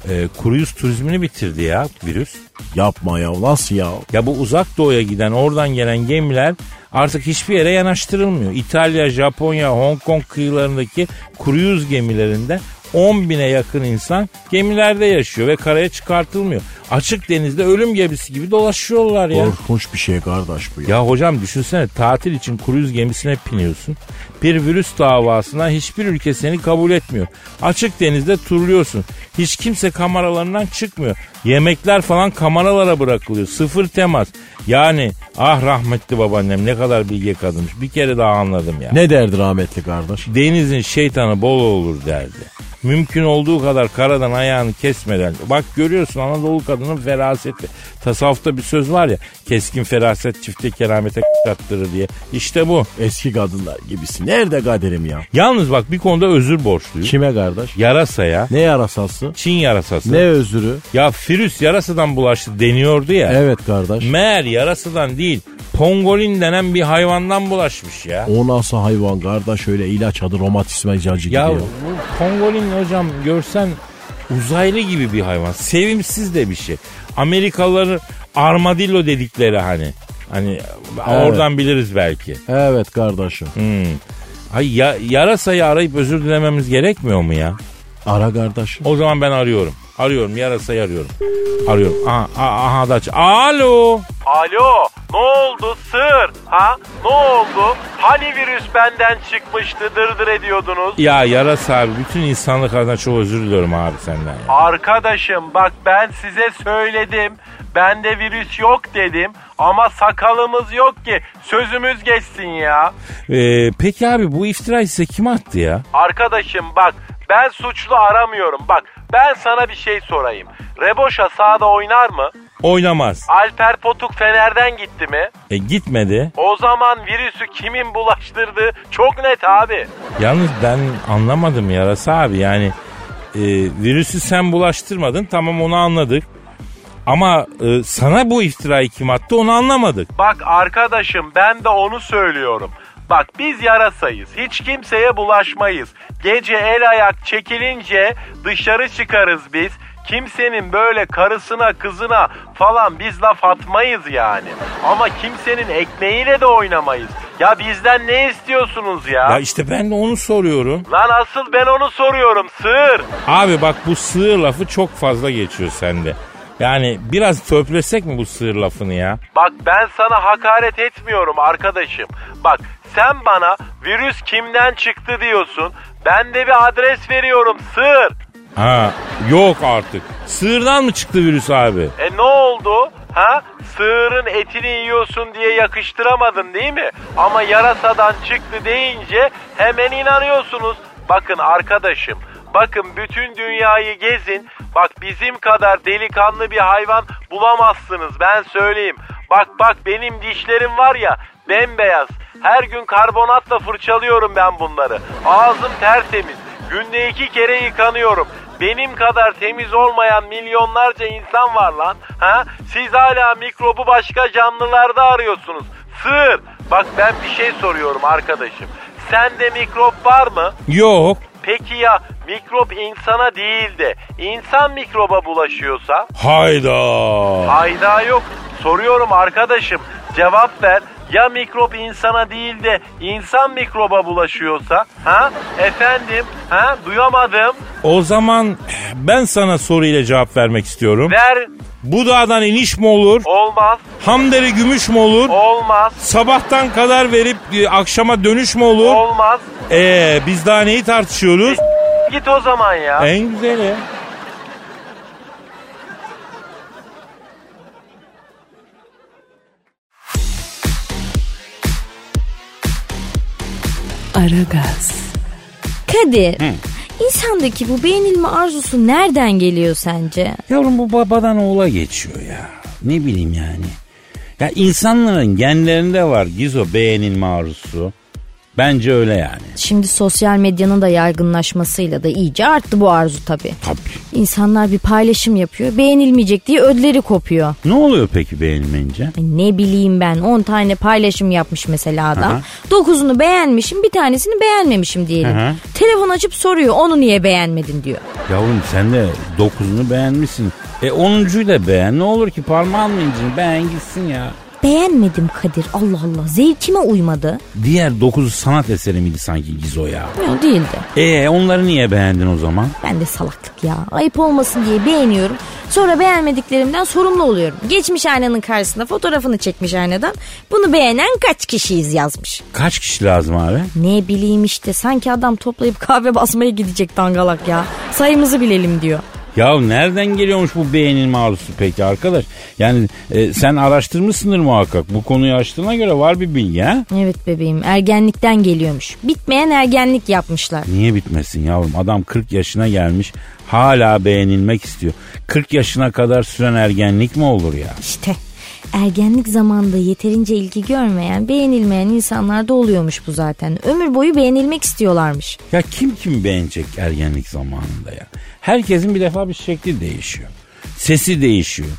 [SPEAKER 9] E, kuruyuz turizmini bitirdi ya virüs.
[SPEAKER 4] Yapma ya nasıl ya?
[SPEAKER 9] Ya bu uzak doğuya giden oradan gelen gemiler artık hiçbir yere yanaştırılmıyor. İtalya, Japonya, Hong Kong kıyılarındaki kuruyuz gemilerinde 10 bine yakın insan gemilerde yaşıyor ve karaya çıkartılmıyor. Açık denizde ölüm gemisi gibi dolaşıyorlar ya.
[SPEAKER 4] Korkunç bir şey kardeş bu ya.
[SPEAKER 9] Ya hocam düşünsene tatil için kruz gemisine biniyorsun. Bir virüs davasına hiçbir ülke seni kabul etmiyor. Açık denizde turluyorsun. Hiç kimse kameralarından çıkmıyor. Yemekler falan kameralara bırakılıyor. Sıfır temas. Yani ah rahmetli babaannem ne kadar bilge kadınmış. Bir kere daha anladım ya.
[SPEAKER 4] Ne derdi rahmetli kardeş?
[SPEAKER 9] Denizin şeytanı bol olur derdi. Mümkün olduğu kadar karadan ayağını kesmeden. Bak görüyorsun Anadolu kadının feraseti. Tasavvufta bir söz var ya. Keskin feraset çifte keramete kattırır diye. İşte bu.
[SPEAKER 4] Eski kadınlar gibisi. Nerede kaderim ya?
[SPEAKER 9] Yalnız bak bir konuda özür borçluyum.
[SPEAKER 4] Kime kardeş?
[SPEAKER 9] Yarasaya.
[SPEAKER 4] Ne yarasası?
[SPEAKER 9] Çin yarasası.
[SPEAKER 4] Ne özürü?
[SPEAKER 9] Ya virüs yarasadan bulaştı deniyordu ya.
[SPEAKER 4] Evet kardeş.
[SPEAKER 9] Meğer yarasadan değil pongolin denen bir hayvandan bulaşmış ya.
[SPEAKER 4] O nasıl hayvan kardeş öyle ilaç adı romatizmacacı gibi.
[SPEAKER 9] Ya
[SPEAKER 4] Ya.
[SPEAKER 9] bu pongolin hocam görsen uzaylı gibi bir hayvan. Sevimsiz de bir şey. Amerikalıların armadillo dedikleri hani. Hani oradan biliriz belki.
[SPEAKER 4] Evet kardeşim.
[SPEAKER 9] Hmm. Ay ya, yarasayı arayıp özür dilememiz gerekmiyor mu ya?
[SPEAKER 4] Ara kardeşim.
[SPEAKER 9] O zaman ben arıyorum. Arıyorum yarasayı arıyorum. Arıyorum. Aha, aha, aha da aç. Alo.
[SPEAKER 1] Alo ne oldu sır ha ne oldu hani virüs benden çıkmıştı dırdır ediyordunuz.
[SPEAKER 9] Ya yarasa abi bütün insanlık adına çok özür diliyorum abi senden ya.
[SPEAKER 1] Arkadaşım bak ben size söyledim. Bende virüs yok dedim ama sakalımız yok ki sözümüz geçsin ya.
[SPEAKER 9] Ee, peki abi bu iftirayı size kim attı ya?
[SPEAKER 1] Arkadaşım bak ben suçlu aramıyorum bak ben sana bir şey sorayım. Reboşa sahada oynar mı?
[SPEAKER 9] Oynamaz.
[SPEAKER 1] Alper Potuk Fener'den gitti mi?
[SPEAKER 9] E, gitmedi.
[SPEAKER 1] O zaman virüsü kimin bulaştırdığı çok net abi.
[SPEAKER 9] Yalnız ben anlamadım yarasa abi yani e, virüsü sen bulaştırmadın tamam onu anladık. Ama e, sana bu iftirayı kim attı onu anlamadık.
[SPEAKER 1] Bak arkadaşım ben de onu söylüyorum. Bak biz yarasayız. Hiç kimseye bulaşmayız. Gece el ayak çekilince dışarı çıkarız biz. Kimsenin böyle karısına kızına falan biz laf atmayız yani. Ama kimsenin ekmeğiyle de oynamayız. Ya bizden ne istiyorsunuz ya?
[SPEAKER 9] Ya işte ben de onu soruyorum.
[SPEAKER 1] Lan asıl ben onu soruyorum sır.
[SPEAKER 9] Abi bak bu sığır lafı çok fazla geçiyor sende. Yani biraz töplesek mi bu sığır lafını ya?
[SPEAKER 1] Bak ben sana hakaret etmiyorum arkadaşım. Bak sen bana virüs kimden çıktı diyorsun. Ben de bir adres veriyorum sır.
[SPEAKER 9] Ha yok artık. Sığırdan mı çıktı virüs abi?
[SPEAKER 1] E ne oldu? Ha? Sığırın etini yiyorsun diye yakıştıramadın değil mi? Ama yarasadan çıktı deyince hemen inanıyorsunuz. Bakın arkadaşım, bakın bütün dünyayı gezin. Bak bizim kadar delikanlı bir hayvan bulamazsınız ben söyleyeyim. Bak bak benim dişlerim var ya bembeyaz. Her gün karbonatla fırçalıyorum ben bunları. Ağzım tertemiz. Günde iki kere yıkanıyorum. Benim kadar temiz olmayan milyonlarca insan var lan. Ha? Siz hala mikrobu başka canlılarda arıyorsunuz. Sır. Bak ben bir şey soruyorum arkadaşım. Sende mikrop var mı?
[SPEAKER 9] Yok.
[SPEAKER 1] Peki ya mikrop insana değil de insan mikroba bulaşıyorsa?
[SPEAKER 9] Hayda.
[SPEAKER 1] Hayda yok. Soruyorum arkadaşım. Cevap ver. Ya mikrop insana değil de insan mikroba bulaşıyorsa? Ha? Efendim? Ha? Duyamadım.
[SPEAKER 9] O zaman ben sana soruyla cevap vermek istiyorum.
[SPEAKER 1] Ver.
[SPEAKER 9] Bu dağdan iniş mi olur?
[SPEAKER 1] Olmaz.
[SPEAKER 9] Hamdere gümüş mü olur?
[SPEAKER 1] Olmaz.
[SPEAKER 9] Sabahtan kadar verip e, akşama dönüş mü olur?
[SPEAKER 1] Olmaz.
[SPEAKER 9] Ee, biz daha neyi tartışıyoruz?
[SPEAKER 1] Git o zaman ya.
[SPEAKER 9] En güzeli.
[SPEAKER 2] Aragaz.
[SPEAKER 7] Kadir. İnsandaki bu beğenilme arzusu nereden geliyor sence?
[SPEAKER 3] Yavrum bu babadan oğula geçiyor ya. Ne bileyim yani. Ya insanların genlerinde var gizo beğenilme arzusu. Bence öyle yani.
[SPEAKER 7] Şimdi sosyal medyanın da yaygınlaşmasıyla da iyice arttı bu arzu tabii.
[SPEAKER 3] Tabii.
[SPEAKER 7] İnsanlar bir paylaşım yapıyor. Beğenilmeyecek diye ödleri kopuyor.
[SPEAKER 3] Ne oluyor peki beğenilmeyince?
[SPEAKER 7] Ay Ne bileyim ben 10 tane paylaşım yapmış mesela adam. 9'unu beğenmişim bir tanesini beğenmemişim diyelim.
[SPEAKER 3] Hı hı.
[SPEAKER 7] Telefon açıp soruyor onu niye beğenmedin diyor.
[SPEAKER 3] Yavrum sen de dokuzunu beğenmişsin. E onuncuyu da beğen. Ne olur ki parmağın mı incin? Beğen gitsin ya.
[SPEAKER 7] Beğenmedim Kadir. Allah Allah. Zevkime uymadı.
[SPEAKER 3] Diğer 9 sanat eseri miydi sanki Gizo ya?
[SPEAKER 7] Yok değildi.
[SPEAKER 3] E onları niye beğendin o zaman?
[SPEAKER 7] Ben de salaklık ya. Ayıp olmasın diye beğeniyorum. Sonra beğenmediklerimden sorumlu oluyorum. Geçmiş aynanın karşısında fotoğrafını çekmiş aynadan. Bunu beğenen kaç kişiyiz yazmış.
[SPEAKER 3] Kaç kişi lazım abi?
[SPEAKER 7] Ne bileyim işte sanki adam toplayıp kahve basmaya gidecek dangalak ya. Sayımızı bilelim diyor.
[SPEAKER 3] Ya nereden geliyormuş bu beğenilme arzusu peki arkadaş? Yani e, sen araştırmışsındır muhakkak. Bu konuyu açtığına göre var bir bilgi ha?
[SPEAKER 7] Evet bebeğim ergenlikten geliyormuş. Bitmeyen ergenlik yapmışlar.
[SPEAKER 3] Niye bitmesin yavrum? Adam 40 yaşına gelmiş hala beğenilmek istiyor. 40 yaşına kadar süren ergenlik mi olur ya?
[SPEAKER 7] İşte ergenlik zamanında yeterince ilgi görmeyen, beğenilmeyen insanlarda oluyormuş bu zaten. Ömür boyu beğenilmek istiyorlarmış.
[SPEAKER 3] Ya kim kim beğenecek ergenlik zamanında ya? Herkesin bir defa bir şekli değişiyor. Sesi değişiyor.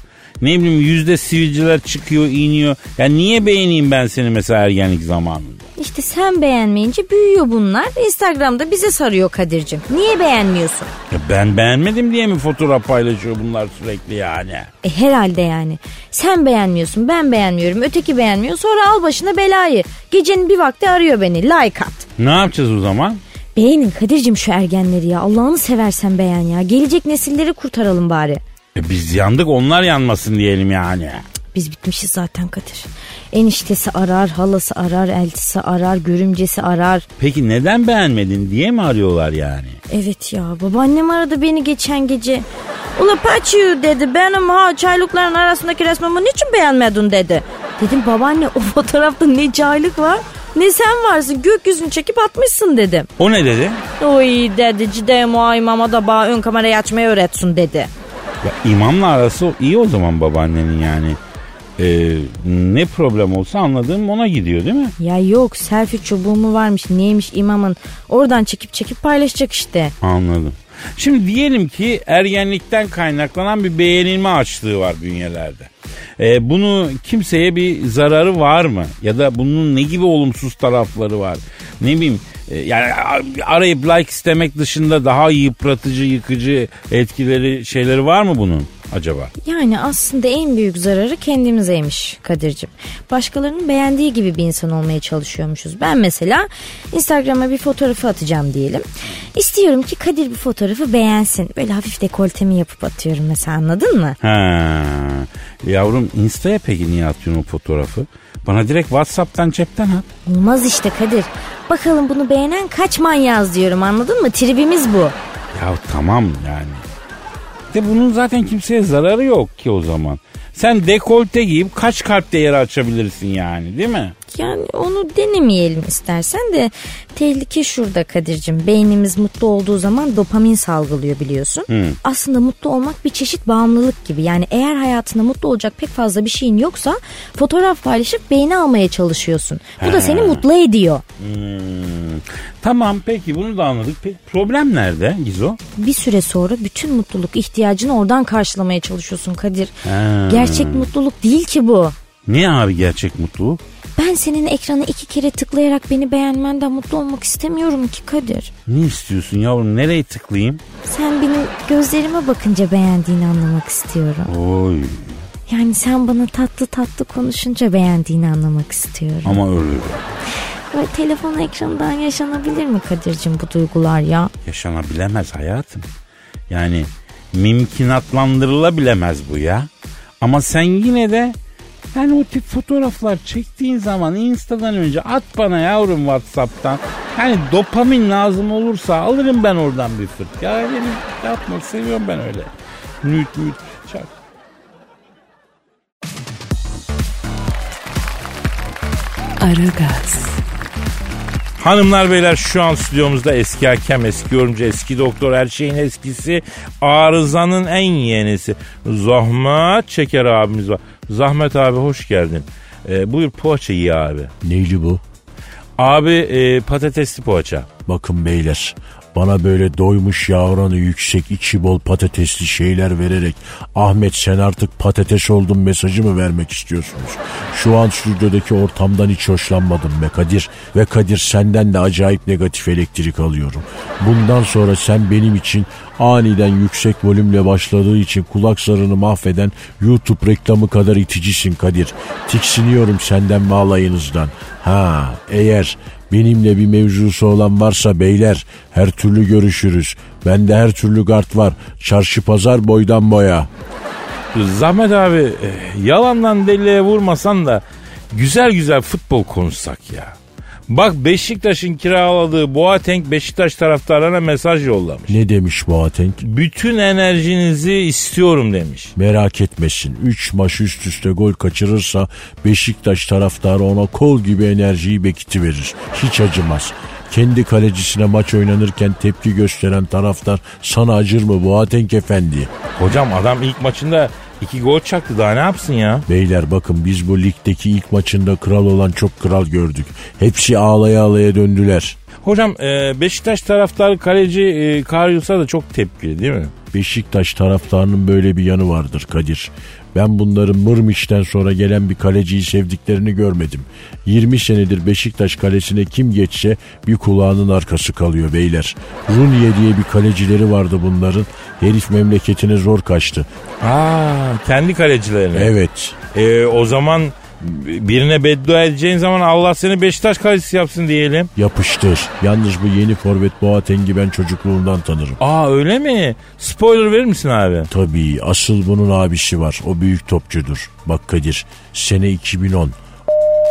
[SPEAKER 3] Ne bileyim yüzde sivilceler çıkıyor iniyor. Ya niye beğeneyim ben seni mesela ergenlik zamanında?
[SPEAKER 7] İşte sen beğenmeyince büyüyor bunlar. Instagram'da bize sarıyor Kadir'cim. Niye beğenmiyorsun?
[SPEAKER 3] Ya ben beğenmedim diye mi fotoğraf paylaşıyor bunlar sürekli yani?
[SPEAKER 7] E herhalde yani. Sen beğenmiyorsun, ben beğenmiyorum, öteki beğenmiyor. Sonra al başına belayı. Gecenin bir vakti arıyor beni. Like at.
[SPEAKER 3] Ne yapacağız o zaman?
[SPEAKER 7] Beğenin Kadir'cim şu ergenleri ya. Allah'ını seversen beğen ya. Gelecek nesilleri kurtaralım bari.
[SPEAKER 3] E biz yandık onlar yanmasın diyelim yani.
[SPEAKER 7] Biz bitmişiz zaten Kadir. Eniştesi arar, halası arar, eltisi arar, görümcesi arar.
[SPEAKER 3] Peki neden beğenmedin diye mi arıyorlar yani?
[SPEAKER 7] Evet ya babaannem aradı beni geçen gece. Ula paçı dedi benim ha çaylıkların arasındaki resmimi niçin beğenmedin dedi. Dedim babaanne o fotoğrafta ne çaylık var ne sen varsın gökyüzünü çekip atmışsın dedim.
[SPEAKER 3] O ne dedi?
[SPEAKER 7] Oy dedi cideye muayim ama da bana ön kamerayı açmayı öğretsin dedi.
[SPEAKER 3] Ya imamla arası iyi o zaman babaannenin yani. Ee, ne problem olsa anladığım ona gidiyor değil mi?
[SPEAKER 7] Ya yok selfie çubuğu mu varmış neymiş imamın oradan çekip çekip paylaşacak işte.
[SPEAKER 3] Anladım. Şimdi diyelim ki ergenlikten kaynaklanan bir beğenilme açlığı var bünyelerde. Ee, bunu kimseye bir zararı var mı? Ya da bunun ne gibi olumsuz tarafları var? Ne bileyim e, yani a- arayıp like istemek dışında daha yıpratıcı, yıkıcı etkileri, şeyleri var mı bunun acaba?
[SPEAKER 7] Yani aslında en büyük zararı kendimizeymiş Kadir'cim. Başkalarının beğendiği gibi bir insan olmaya çalışıyormuşuz. Ben mesela Instagram'a bir fotoğrafı atacağım diyelim. İstiyorum ki Kadir bu fotoğrafı beğensin. Böyle hafif dekoltemi yapıp atıyorum mesela anladın mı?
[SPEAKER 3] Ha. Yavrum Insta'ya peki niye atıyorsun o fotoğrafı? Bana direkt Whatsapp'tan cepten at.
[SPEAKER 7] Olmaz işte Kadir. Bakalım bunu beğenen kaç manyaz diyorum anladın mı? Tribimiz bu.
[SPEAKER 3] Ya tamam yani. De bunun zaten kimseye zararı yok ki o zaman. Sen dekolte giyip kaç kalp değeri açabilirsin yani değil mi?
[SPEAKER 7] Yani onu denemeyelim istersen de tehlike şurada Kadir'cim. Beynimiz mutlu olduğu zaman dopamin salgılıyor biliyorsun. Aslında mutlu olmak bir çeşit bağımlılık gibi. Yani eğer hayatında mutlu olacak pek fazla bir şeyin yoksa fotoğraf paylaşıp beyni almaya çalışıyorsun. Bu da seni mutlu ediyor.
[SPEAKER 3] Hmm. Tamam peki bunu da anladık. Peki, problem nerede Gizo?
[SPEAKER 7] Bir süre sonra bütün mutluluk ihtiyacını oradan karşılamaya çalışıyorsun Kadir.
[SPEAKER 3] Ha.
[SPEAKER 7] Gerçek mutluluk değil ki bu.
[SPEAKER 3] Ne abi gerçek mutluluk?
[SPEAKER 7] Ben senin ekrana iki kere tıklayarak beni beğenmenden mutlu olmak istemiyorum ki Kadir.
[SPEAKER 3] Ne istiyorsun yavrum? Nereye tıklayayım?
[SPEAKER 7] Sen benim gözlerime bakınca beğendiğini anlamak istiyorum.
[SPEAKER 3] Oy
[SPEAKER 7] Yani sen bana tatlı tatlı konuşunca beğendiğini anlamak istiyorum.
[SPEAKER 3] ama öyle
[SPEAKER 7] Böyle telefon ekranından yaşanabilir mi Kadir'cim bu duygular ya?
[SPEAKER 3] yaşanabilemez hayatım. Yani mimkinatlandırılabilemez bu ya. Ama sen yine de yani o tip fotoğraflar çektiğin zaman Insta'dan önce at bana yavrum Whatsapp'tan. Yani dopamin lazım olursa alırım ben oradan bir fırt. Ya benim yapmak seviyorum ben öyle. Nüt nüt çak.
[SPEAKER 2] Aragaz,
[SPEAKER 9] Hanımlar beyler şu an stüdyomuzda eski hakem, eski yorumcu, eski doktor, her şeyin eskisi, arızanın en yenisi. Zahmet Çeker abimiz var. Zahmet abi hoş geldin. Ee, buyur poğaça ye abi.
[SPEAKER 4] Neyli bu?
[SPEAKER 9] Abi e, patatesli poğaça.
[SPEAKER 4] Bakın beyler Bana böyle doymuş yavranı yüksek içi bol patatesli şeyler vererek Ahmet sen artık patates oldun mesajı mı vermek istiyorsunuz? Şu an stüdyodaki ortamdan hiç hoşlanmadım be Kadir. Ve Kadir senden de acayip negatif elektrik alıyorum. Bundan sonra sen benim için aniden yüksek volümle başladığı için kulak zarını mahveden YouTube reklamı kadar iticisin Kadir. Tiksiniyorum senden ve alayınızdan. Ha eğer benimle bir mevzusu olan varsa beyler her türlü görüşürüz. Bende her türlü kart var. Çarşı pazar boydan boya.
[SPEAKER 9] Zahmet abi e, yalandan deliye vurmasan da güzel güzel futbol konuşsak ya. Bak Beşiktaş'ın kiraladığı Boateng Beşiktaş taraftarlarına mesaj yollamış.
[SPEAKER 4] Ne demiş Boateng?
[SPEAKER 9] Bütün enerjinizi istiyorum demiş.
[SPEAKER 4] Merak etmesin. 3 maç üst üste gol kaçırırsa Beşiktaş taraftarı ona kol gibi enerjiyi bekiti verir. Hiç acımaz. Kendi kalecisine maç oynanırken tepki gösteren taraftar sana acır mı Boateng efendi?
[SPEAKER 9] Hocam adam ilk maçında iki gol çaktı daha ne yapsın ya?
[SPEAKER 4] Beyler bakın biz bu ligdeki ilk maçında kral olan çok kral gördük. Hepsi ağlaya ağlaya döndüler.
[SPEAKER 9] Hocam e, Beşiktaş taraftarı kaleci e, Karyus'a da çok tepkili değil mi?
[SPEAKER 4] Beşiktaş taraftarının böyle bir yanı vardır Kadir. Ben bunların Mırmiş'ten sonra gelen bir kaleciyi sevdiklerini görmedim. 20 senedir Beşiktaş kalesine kim geçse bir kulağının arkası kalıyor beyler. Runye diye bir kalecileri vardı bunların. Herif memleketine zor kaçtı.
[SPEAKER 9] Aa kendi kalecilerine.
[SPEAKER 4] Evet.
[SPEAKER 9] E, o zaman birine beddua edeceğin zaman Allah seni Beşiktaş kalecisi yapsın diyelim.
[SPEAKER 4] Yapıştır. Yalnız bu yeni forvet Boateng'i ben çocukluğumdan tanırım.
[SPEAKER 9] Aa öyle mi? Spoiler verir misin abi?
[SPEAKER 4] Tabii asıl bunun abisi var. O büyük topçudur. Bak Kadir sene 2010.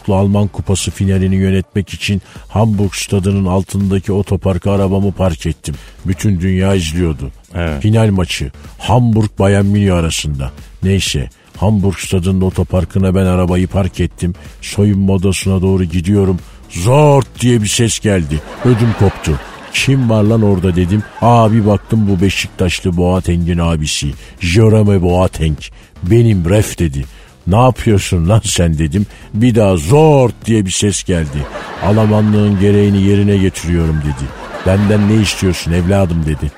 [SPEAKER 4] Alman Kupası finalini yönetmek için Hamburg stadının altındaki otoparka arabamı park ettim. Bütün dünya izliyordu.
[SPEAKER 9] Evet.
[SPEAKER 4] Final maçı Hamburg Bayern Münih arasında. Neyse Hamburg stadının otoparkına ben arabayı park ettim. Soyunma odasına doğru gidiyorum. Zort diye bir ses geldi. Ödüm koptu. Kim var lan orada dedim. Aa bir baktım bu Beşiktaşlı Boateng'in abisi. Jerome Boateng. Benim ref dedi. Ne yapıyorsun lan sen dedim. Bir daha zort diye bir ses geldi. Alamanlığın gereğini yerine getiriyorum dedi. Benden ne istiyorsun evladım dedi.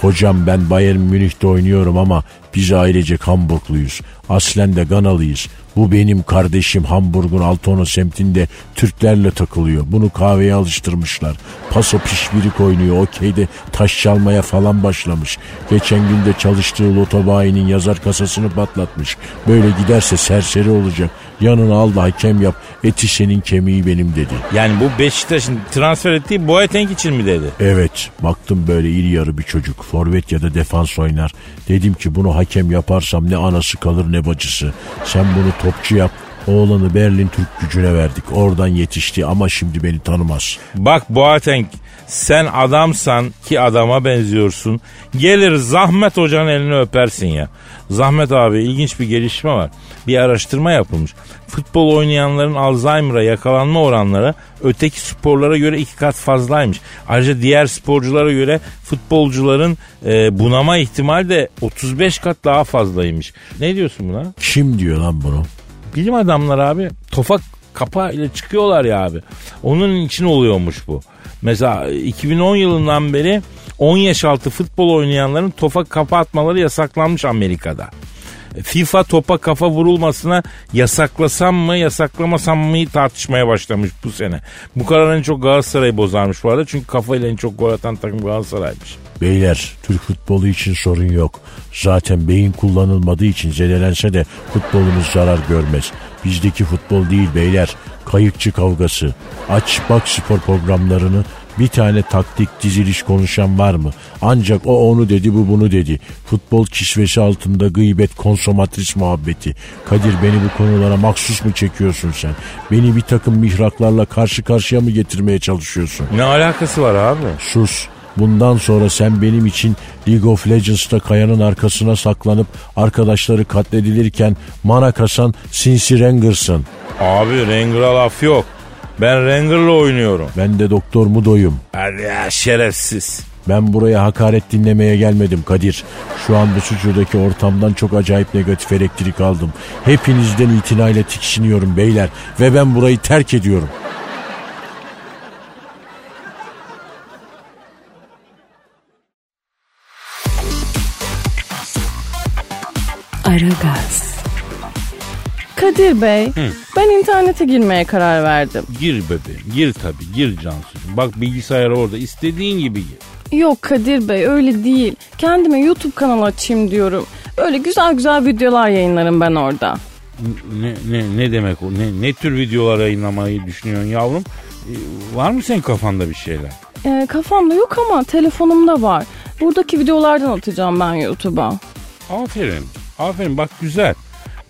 [SPEAKER 4] Hocam ben Bayern Münih'te oynuyorum ama biz ailecek Hamburgluyuz. Aslen de Ganalıyız. Bu benim kardeşim Hamburg'un Altona semtinde Türklerle takılıyor. Bunu kahveye alıştırmışlar. Paso pişbirik oynuyor. Okeyde taş çalmaya falan başlamış. Geçen gün de çalıştığı loto bayinin yazar kasasını patlatmış. Böyle giderse serseri olacak. Yanına al da hakem yap. Eti senin kemiği benim dedi.
[SPEAKER 9] Yani bu Beşiktaş'ın transfer ettiği Boateng için mi dedi?
[SPEAKER 4] Evet baktım böyle iri yarı bir çocuk forvet ya da defans oynar. Dedim ki bunu hakem yaparsam ne anası kalır ne bacısı. Sen bunu topçu yap oğlanı Berlin Türk gücüne verdik. Oradan yetişti ama şimdi beni tanımaz.
[SPEAKER 9] Bak Boateng sen adamsan ki adama benziyorsun. Gelir Zahmet Hoca'nın elini öpersin ya. Zahmet abi ilginç bir gelişme var. Bir araştırma yapılmış. Futbol oynayanların Alzheimer'a yakalanma oranları öteki sporlara göre iki kat fazlaymış. Ayrıca diğer sporculara göre futbolcuların e, bunama ihtimali de 35 kat daha fazlaymış. Ne diyorsun buna?
[SPEAKER 4] Kim diyor lan bunu?
[SPEAKER 9] Bilim adamları abi tofak kapağı ile çıkıyorlar ya abi. Onun için oluyormuş bu. Mesela 2010 yılından beri 10 yaş altı futbol oynayanların tofak kafa atmaları yasaklanmış Amerika'da. E, FIFA topa kafa vurulmasına yasaklasam mı yasaklamasam mı tartışmaya başlamış bu sene. Bu karar en çok Galatasaray'ı bozarmış bu arada. Çünkü kafayla en çok gol atan takım Galatasaray'mış.
[SPEAKER 4] Beyler Türk futbolu için sorun yok. Zaten beyin kullanılmadığı için zedelense de futbolumuz zarar görmez. Bizdeki futbol değil beyler. Kayıkçı kavgası. Aç bak spor programlarını. Bir tane taktik diziliş konuşan var mı? Ancak o onu dedi bu bunu dedi. Futbol kişvesi altında gıybet konsomatris muhabbeti. Kadir beni bu konulara maksus mu çekiyorsun sen? Beni bir takım mihraklarla karşı karşıya mı getirmeye çalışıyorsun?
[SPEAKER 9] Ne alakası var abi?
[SPEAKER 4] Sus. Bundan sonra sen benim için League of Legends'ta kayanın arkasına saklanıp arkadaşları katledilirken mana kasan sinsi Ranger'sın.
[SPEAKER 9] Abi Ranger'a laf yok. Ben Ranger'la oynuyorum.
[SPEAKER 4] Ben de Doktor Mudo'yum.
[SPEAKER 9] Hadi ya şerefsiz.
[SPEAKER 4] Ben buraya hakaret dinlemeye gelmedim Kadir. Şu an bu stüdyodaki ortamdan çok acayip negatif elektrik aldım. Hepinizden itinayla tiksiniyorum beyler ve ben burayı terk ediyorum.
[SPEAKER 10] Kadir Bey, ben internete girmeye karar verdim.
[SPEAKER 3] Gir bebeğim gir tabii gir Cansu'cum. Bak bilgisayara orada istediğin gibi gir.
[SPEAKER 10] Yok Kadir Bey öyle değil. Kendime YouTube kanalı açayım diyorum. Öyle güzel güzel videolar yayınlarım ben orada.
[SPEAKER 3] Ne, ne, ne demek o? Ne, ne tür videolar yayınlamayı düşünüyorsun yavrum? Ee, var mı senin kafanda bir şeyler?
[SPEAKER 10] Ee, kafamda yok ama telefonumda var. Buradaki videolardan atacağım ben YouTube'a.
[SPEAKER 3] Aferin. Aferin bak güzel.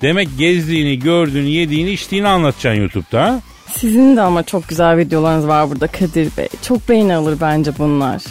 [SPEAKER 3] Demek gezdiğini, gördüğünü, yediğini, içtiğini anlatacaksın YouTube'da ha?
[SPEAKER 10] Sizin de ama çok güzel videolarınız var burada Kadir Bey. Çok beğeni alır bence bunlar.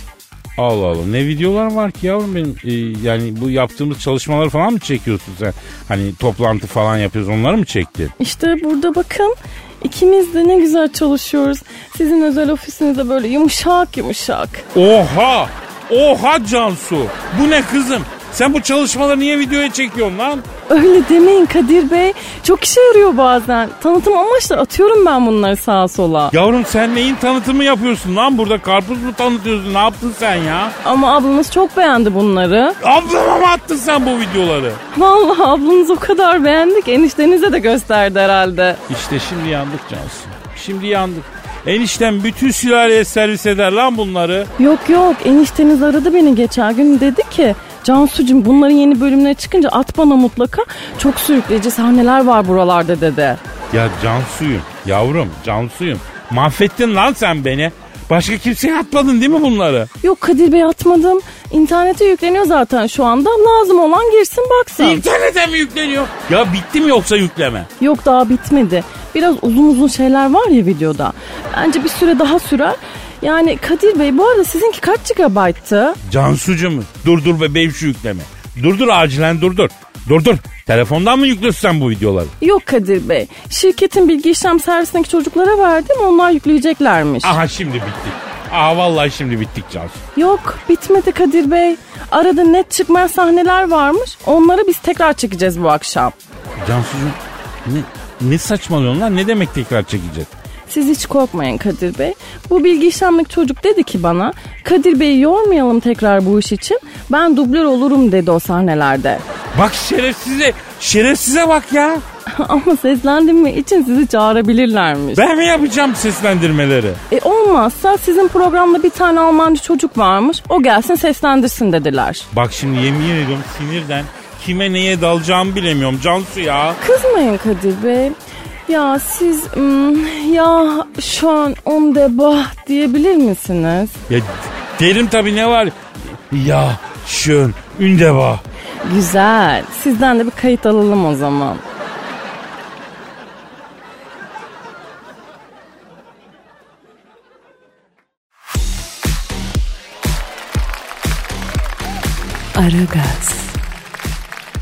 [SPEAKER 3] Allah Allah ne videolar var ki yavrum benim Ee, yani bu yaptığımız çalışmaları falan mı çekiyorsun sen? Hani toplantı falan yapıyoruz onları mı çektin?
[SPEAKER 10] İşte burada bakın ikimiz de ne güzel çalışıyoruz. Sizin özel ofisinizde böyle yumuşak yumuşak.
[SPEAKER 3] Oha! Oha Cansu! Bu ne kızım? Sen bu çalışmaları niye videoya çekiyorsun lan?
[SPEAKER 10] Öyle demeyin Kadir Bey. Çok işe yarıyor bazen. Tanıtım amaçlı atıyorum ben bunları sağa sola.
[SPEAKER 3] Yavrum sen neyin tanıtımı yapıyorsun lan burada? Karpuz mu tanıtıyorsun? Ne yaptın sen ya?
[SPEAKER 10] Ama ablamız çok beğendi bunları.
[SPEAKER 3] Ablama mı attın sen bu videoları?
[SPEAKER 10] Vallahi ablanız o kadar beğendi ki eniştenize de gösterdi herhalde.
[SPEAKER 3] İşte şimdi yandık Cansu. Şimdi yandık. Enişten bütün sülaleye servis eder lan bunları.
[SPEAKER 10] Yok yok enişteniz aradı beni geçen gün dedi ki Cansu'cum bunların yeni bölümleri çıkınca at bana mutlaka çok sürükleyici sahneler var buralarda dedi.
[SPEAKER 3] Ya Cansu'yum yavrum Cansu'yum. Mahvettin lan sen beni. Başka kimseye atmadın değil mi bunları?
[SPEAKER 10] Yok Kadir Bey atmadım internete yükleniyor zaten şu anda lazım olan girsin baksın.
[SPEAKER 3] İnternete mi yükleniyor? Ya bitti mi yoksa yükleme?
[SPEAKER 10] Yok daha bitmedi biraz uzun uzun şeyler var ya videoda bence bir süre daha sürer. Yani Kadir Bey bu arada sizinki kaç GB'tı?
[SPEAKER 3] Cansu'cum dur dur bebeğim şu yükleme. Dur dur acilen dur dur. Dur dur. Telefondan mı yüklüyorsun sen bu videoları?
[SPEAKER 10] Yok Kadir Bey şirketin bilgi işlem servisindeki çocuklara verdim onlar yükleyeceklermiş.
[SPEAKER 3] Aha şimdi bittik. Aha vallahi şimdi bittik Cansu.
[SPEAKER 10] Yok bitmedi Kadir Bey. Arada net çıkmayan sahneler varmış. Onları biz tekrar çekeceğiz bu akşam.
[SPEAKER 3] Cansu'cum ne, ne saçmalıyorsun lan? Ne demek tekrar çekeceğiz?
[SPEAKER 10] Siz hiç korkmayın Kadir Bey. Bu bilgi işlemlik çocuk dedi ki bana Kadir Bey'i yormayalım tekrar bu iş için. Ben dublör olurum dedi o sahnelerde.
[SPEAKER 3] Bak şerefsize, şerefsize bak ya.
[SPEAKER 10] Ama seslendirme için sizi çağırabilirlermiş.
[SPEAKER 3] Ben mi yapacağım seslendirmeleri?
[SPEAKER 10] E olmazsa sizin programda bir tane Almancı çocuk varmış. O gelsin seslendirsin dediler.
[SPEAKER 3] Bak şimdi yemin ediyorum sinirden kime neye dalacağımı bilemiyorum Cansu ya.
[SPEAKER 10] Kızmayın Kadir Bey. Ya siz hmm, ya şu an on debah diyebilir misiniz?
[SPEAKER 3] Ya derim tabii ne var? Ya şön ündeva.
[SPEAKER 10] Güzel. Sizden de bir kayıt alalım o zaman.
[SPEAKER 2] Aragaz,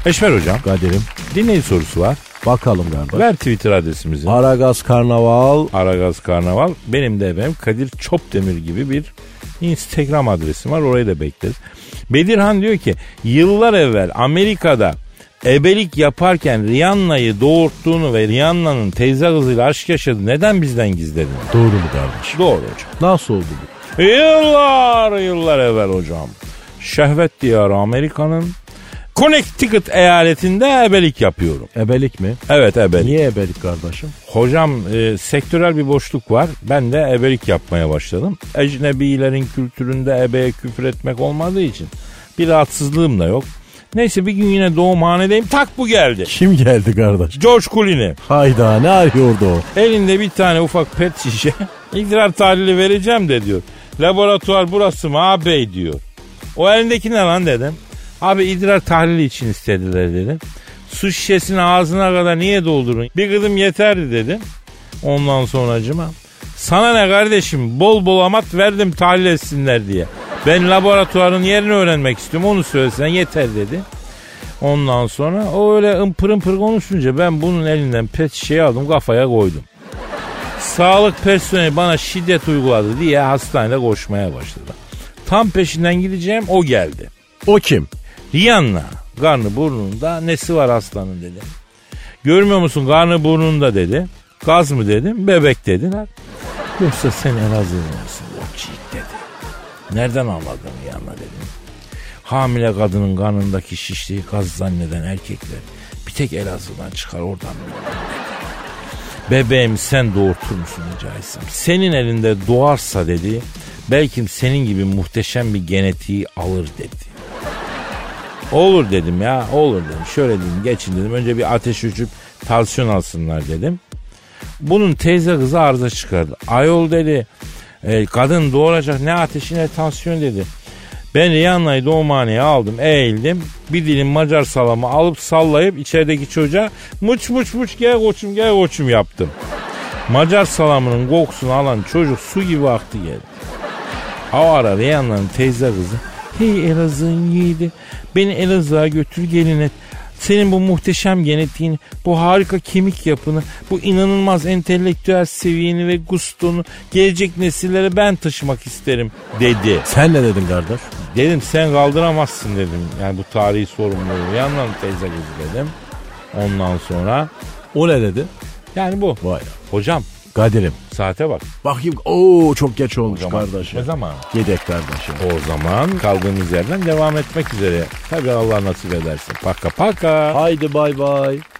[SPEAKER 3] Eşver hocam
[SPEAKER 4] Kadir'im
[SPEAKER 3] dinleyin sorusu var.
[SPEAKER 4] bakalım galiba.
[SPEAKER 3] Ver Twitter adresimizi.
[SPEAKER 4] Aragaz Karnaval
[SPEAKER 3] Aragaz Karnaval. Benim de efendim Kadir Çopdemir gibi bir Instagram adresim var. Orayı da bekleriz. Bedirhan diyor ki yıllar evvel Amerika'da ebelik yaparken Rihanna'yı doğurttuğunu ve Rihanna'nın teyze kızıyla aşk yaşadı. Neden bizden gizledin?
[SPEAKER 4] doğru mu kardeş?
[SPEAKER 3] Doğru hocam.
[SPEAKER 4] Nasıl oldu bu?
[SPEAKER 3] Yıllar yıllar evvel hocam. Şehvet diyarı Amerika'nın Connecticut eyaletinde ebelik yapıyorum.
[SPEAKER 4] Ebelik mi?
[SPEAKER 3] Evet ebelik.
[SPEAKER 4] Niye ebelik kardeşim?
[SPEAKER 3] Hocam e, sektörel bir boşluk var. Ben de ebelik yapmaya başladım. Ecnebilerin kültüründe ebeye küfür etmek olmadığı için bir rahatsızlığım da yok. Neyse bir gün yine doğumhanedeyim. Tak bu geldi.
[SPEAKER 4] Kim geldi kardeş?
[SPEAKER 3] George Clooney.
[SPEAKER 4] Hayda ne arıyordu o?
[SPEAKER 3] Elinde bir tane ufak pet şişe. İdrar tahlili vereceğim de diyor. Laboratuvar burası mı ağabey diyor. O elindeki ne lan dedim. Abi idrar tahlili için istediler dedim. Su şişesini ağzına kadar niye doldurun? Bir gıdım yeterdi dedim. Ondan sonracıma. Sana ne kardeşim bol bol amat verdim tahlil etsinler diye. Ben laboratuvarın yerini öğrenmek istiyorum onu söylesen yeter dedi. Ondan sonra o öyle ımpır ımpır konuşunca ben bunun elinden pet şişeyi aldım kafaya koydum. Sağlık personeli bana şiddet uyguladı diye hastanede koşmaya başladı. Tam peşinden gideceğim o geldi.
[SPEAKER 4] O kim?
[SPEAKER 3] Rihanna karnı burnunda nesi var aslanın dedi. Görmüyor musun karnı burnunda dedi. Gaz mı dedim bebek dediler. Yoksa sen Elazığlı mısın Okçiğit dedi. Nereden anladın Rihanna dedim. Hamile kadının karnındaki şişliği gaz zanneden erkekler Bir tek Elazığ'dan çıkar oradan. Bebeğim sen doğurtur musun rica etsem? Senin elinde doğarsa dedi. Belki senin gibi muhteşem bir genetiği alır dedi. Olur dedim ya olur dedim. Şöyle dedim geçin dedim. Önce bir ateş ölçüp tansiyon alsınlar dedim. Bunun teyze kızı arıza çıkardı. Ayol dedi e, kadın doğuracak ne ateşi ne tansiyon dedi. Ben Rihanna'yı doğumhaneye aldım eğildim. Bir dilim Macar salamı alıp sallayıp içerideki çocuğa muç muç muç gel koçum gel koçum yaptım. Macar salamının kokusunu alan çocuk su gibi aktı geldi. O ara Rihanna'nın teyze kızı Hey Elazığ'ın yiğidi beni Elazığ'a götür gelin et. Senin bu muhteşem genetiğini, bu harika kemik yapını, bu inanılmaz entelektüel seviyeni ve gustonu gelecek nesillere ben taşımak isterim dedi.
[SPEAKER 4] Sen ne dedin kardeş?
[SPEAKER 3] Dedim sen kaldıramazsın dedim. Yani bu tarihi sorumluluğu. Yandan teyze kızı dedim. Ondan sonra
[SPEAKER 4] O ne dedi?
[SPEAKER 3] yani bu.
[SPEAKER 4] Vay.
[SPEAKER 3] Hocam
[SPEAKER 4] Kadir'im.
[SPEAKER 3] saate bak.
[SPEAKER 4] Bakayım. Oo çok geç olmuş
[SPEAKER 3] Zaman. Ne
[SPEAKER 4] kardeşim.
[SPEAKER 3] zaman?
[SPEAKER 4] Yedek kardeşim.
[SPEAKER 3] O zaman kaldığımız yerden devam etmek üzere. Tabii Allah nasip ederse. Paka paka.
[SPEAKER 4] Haydi bay bay.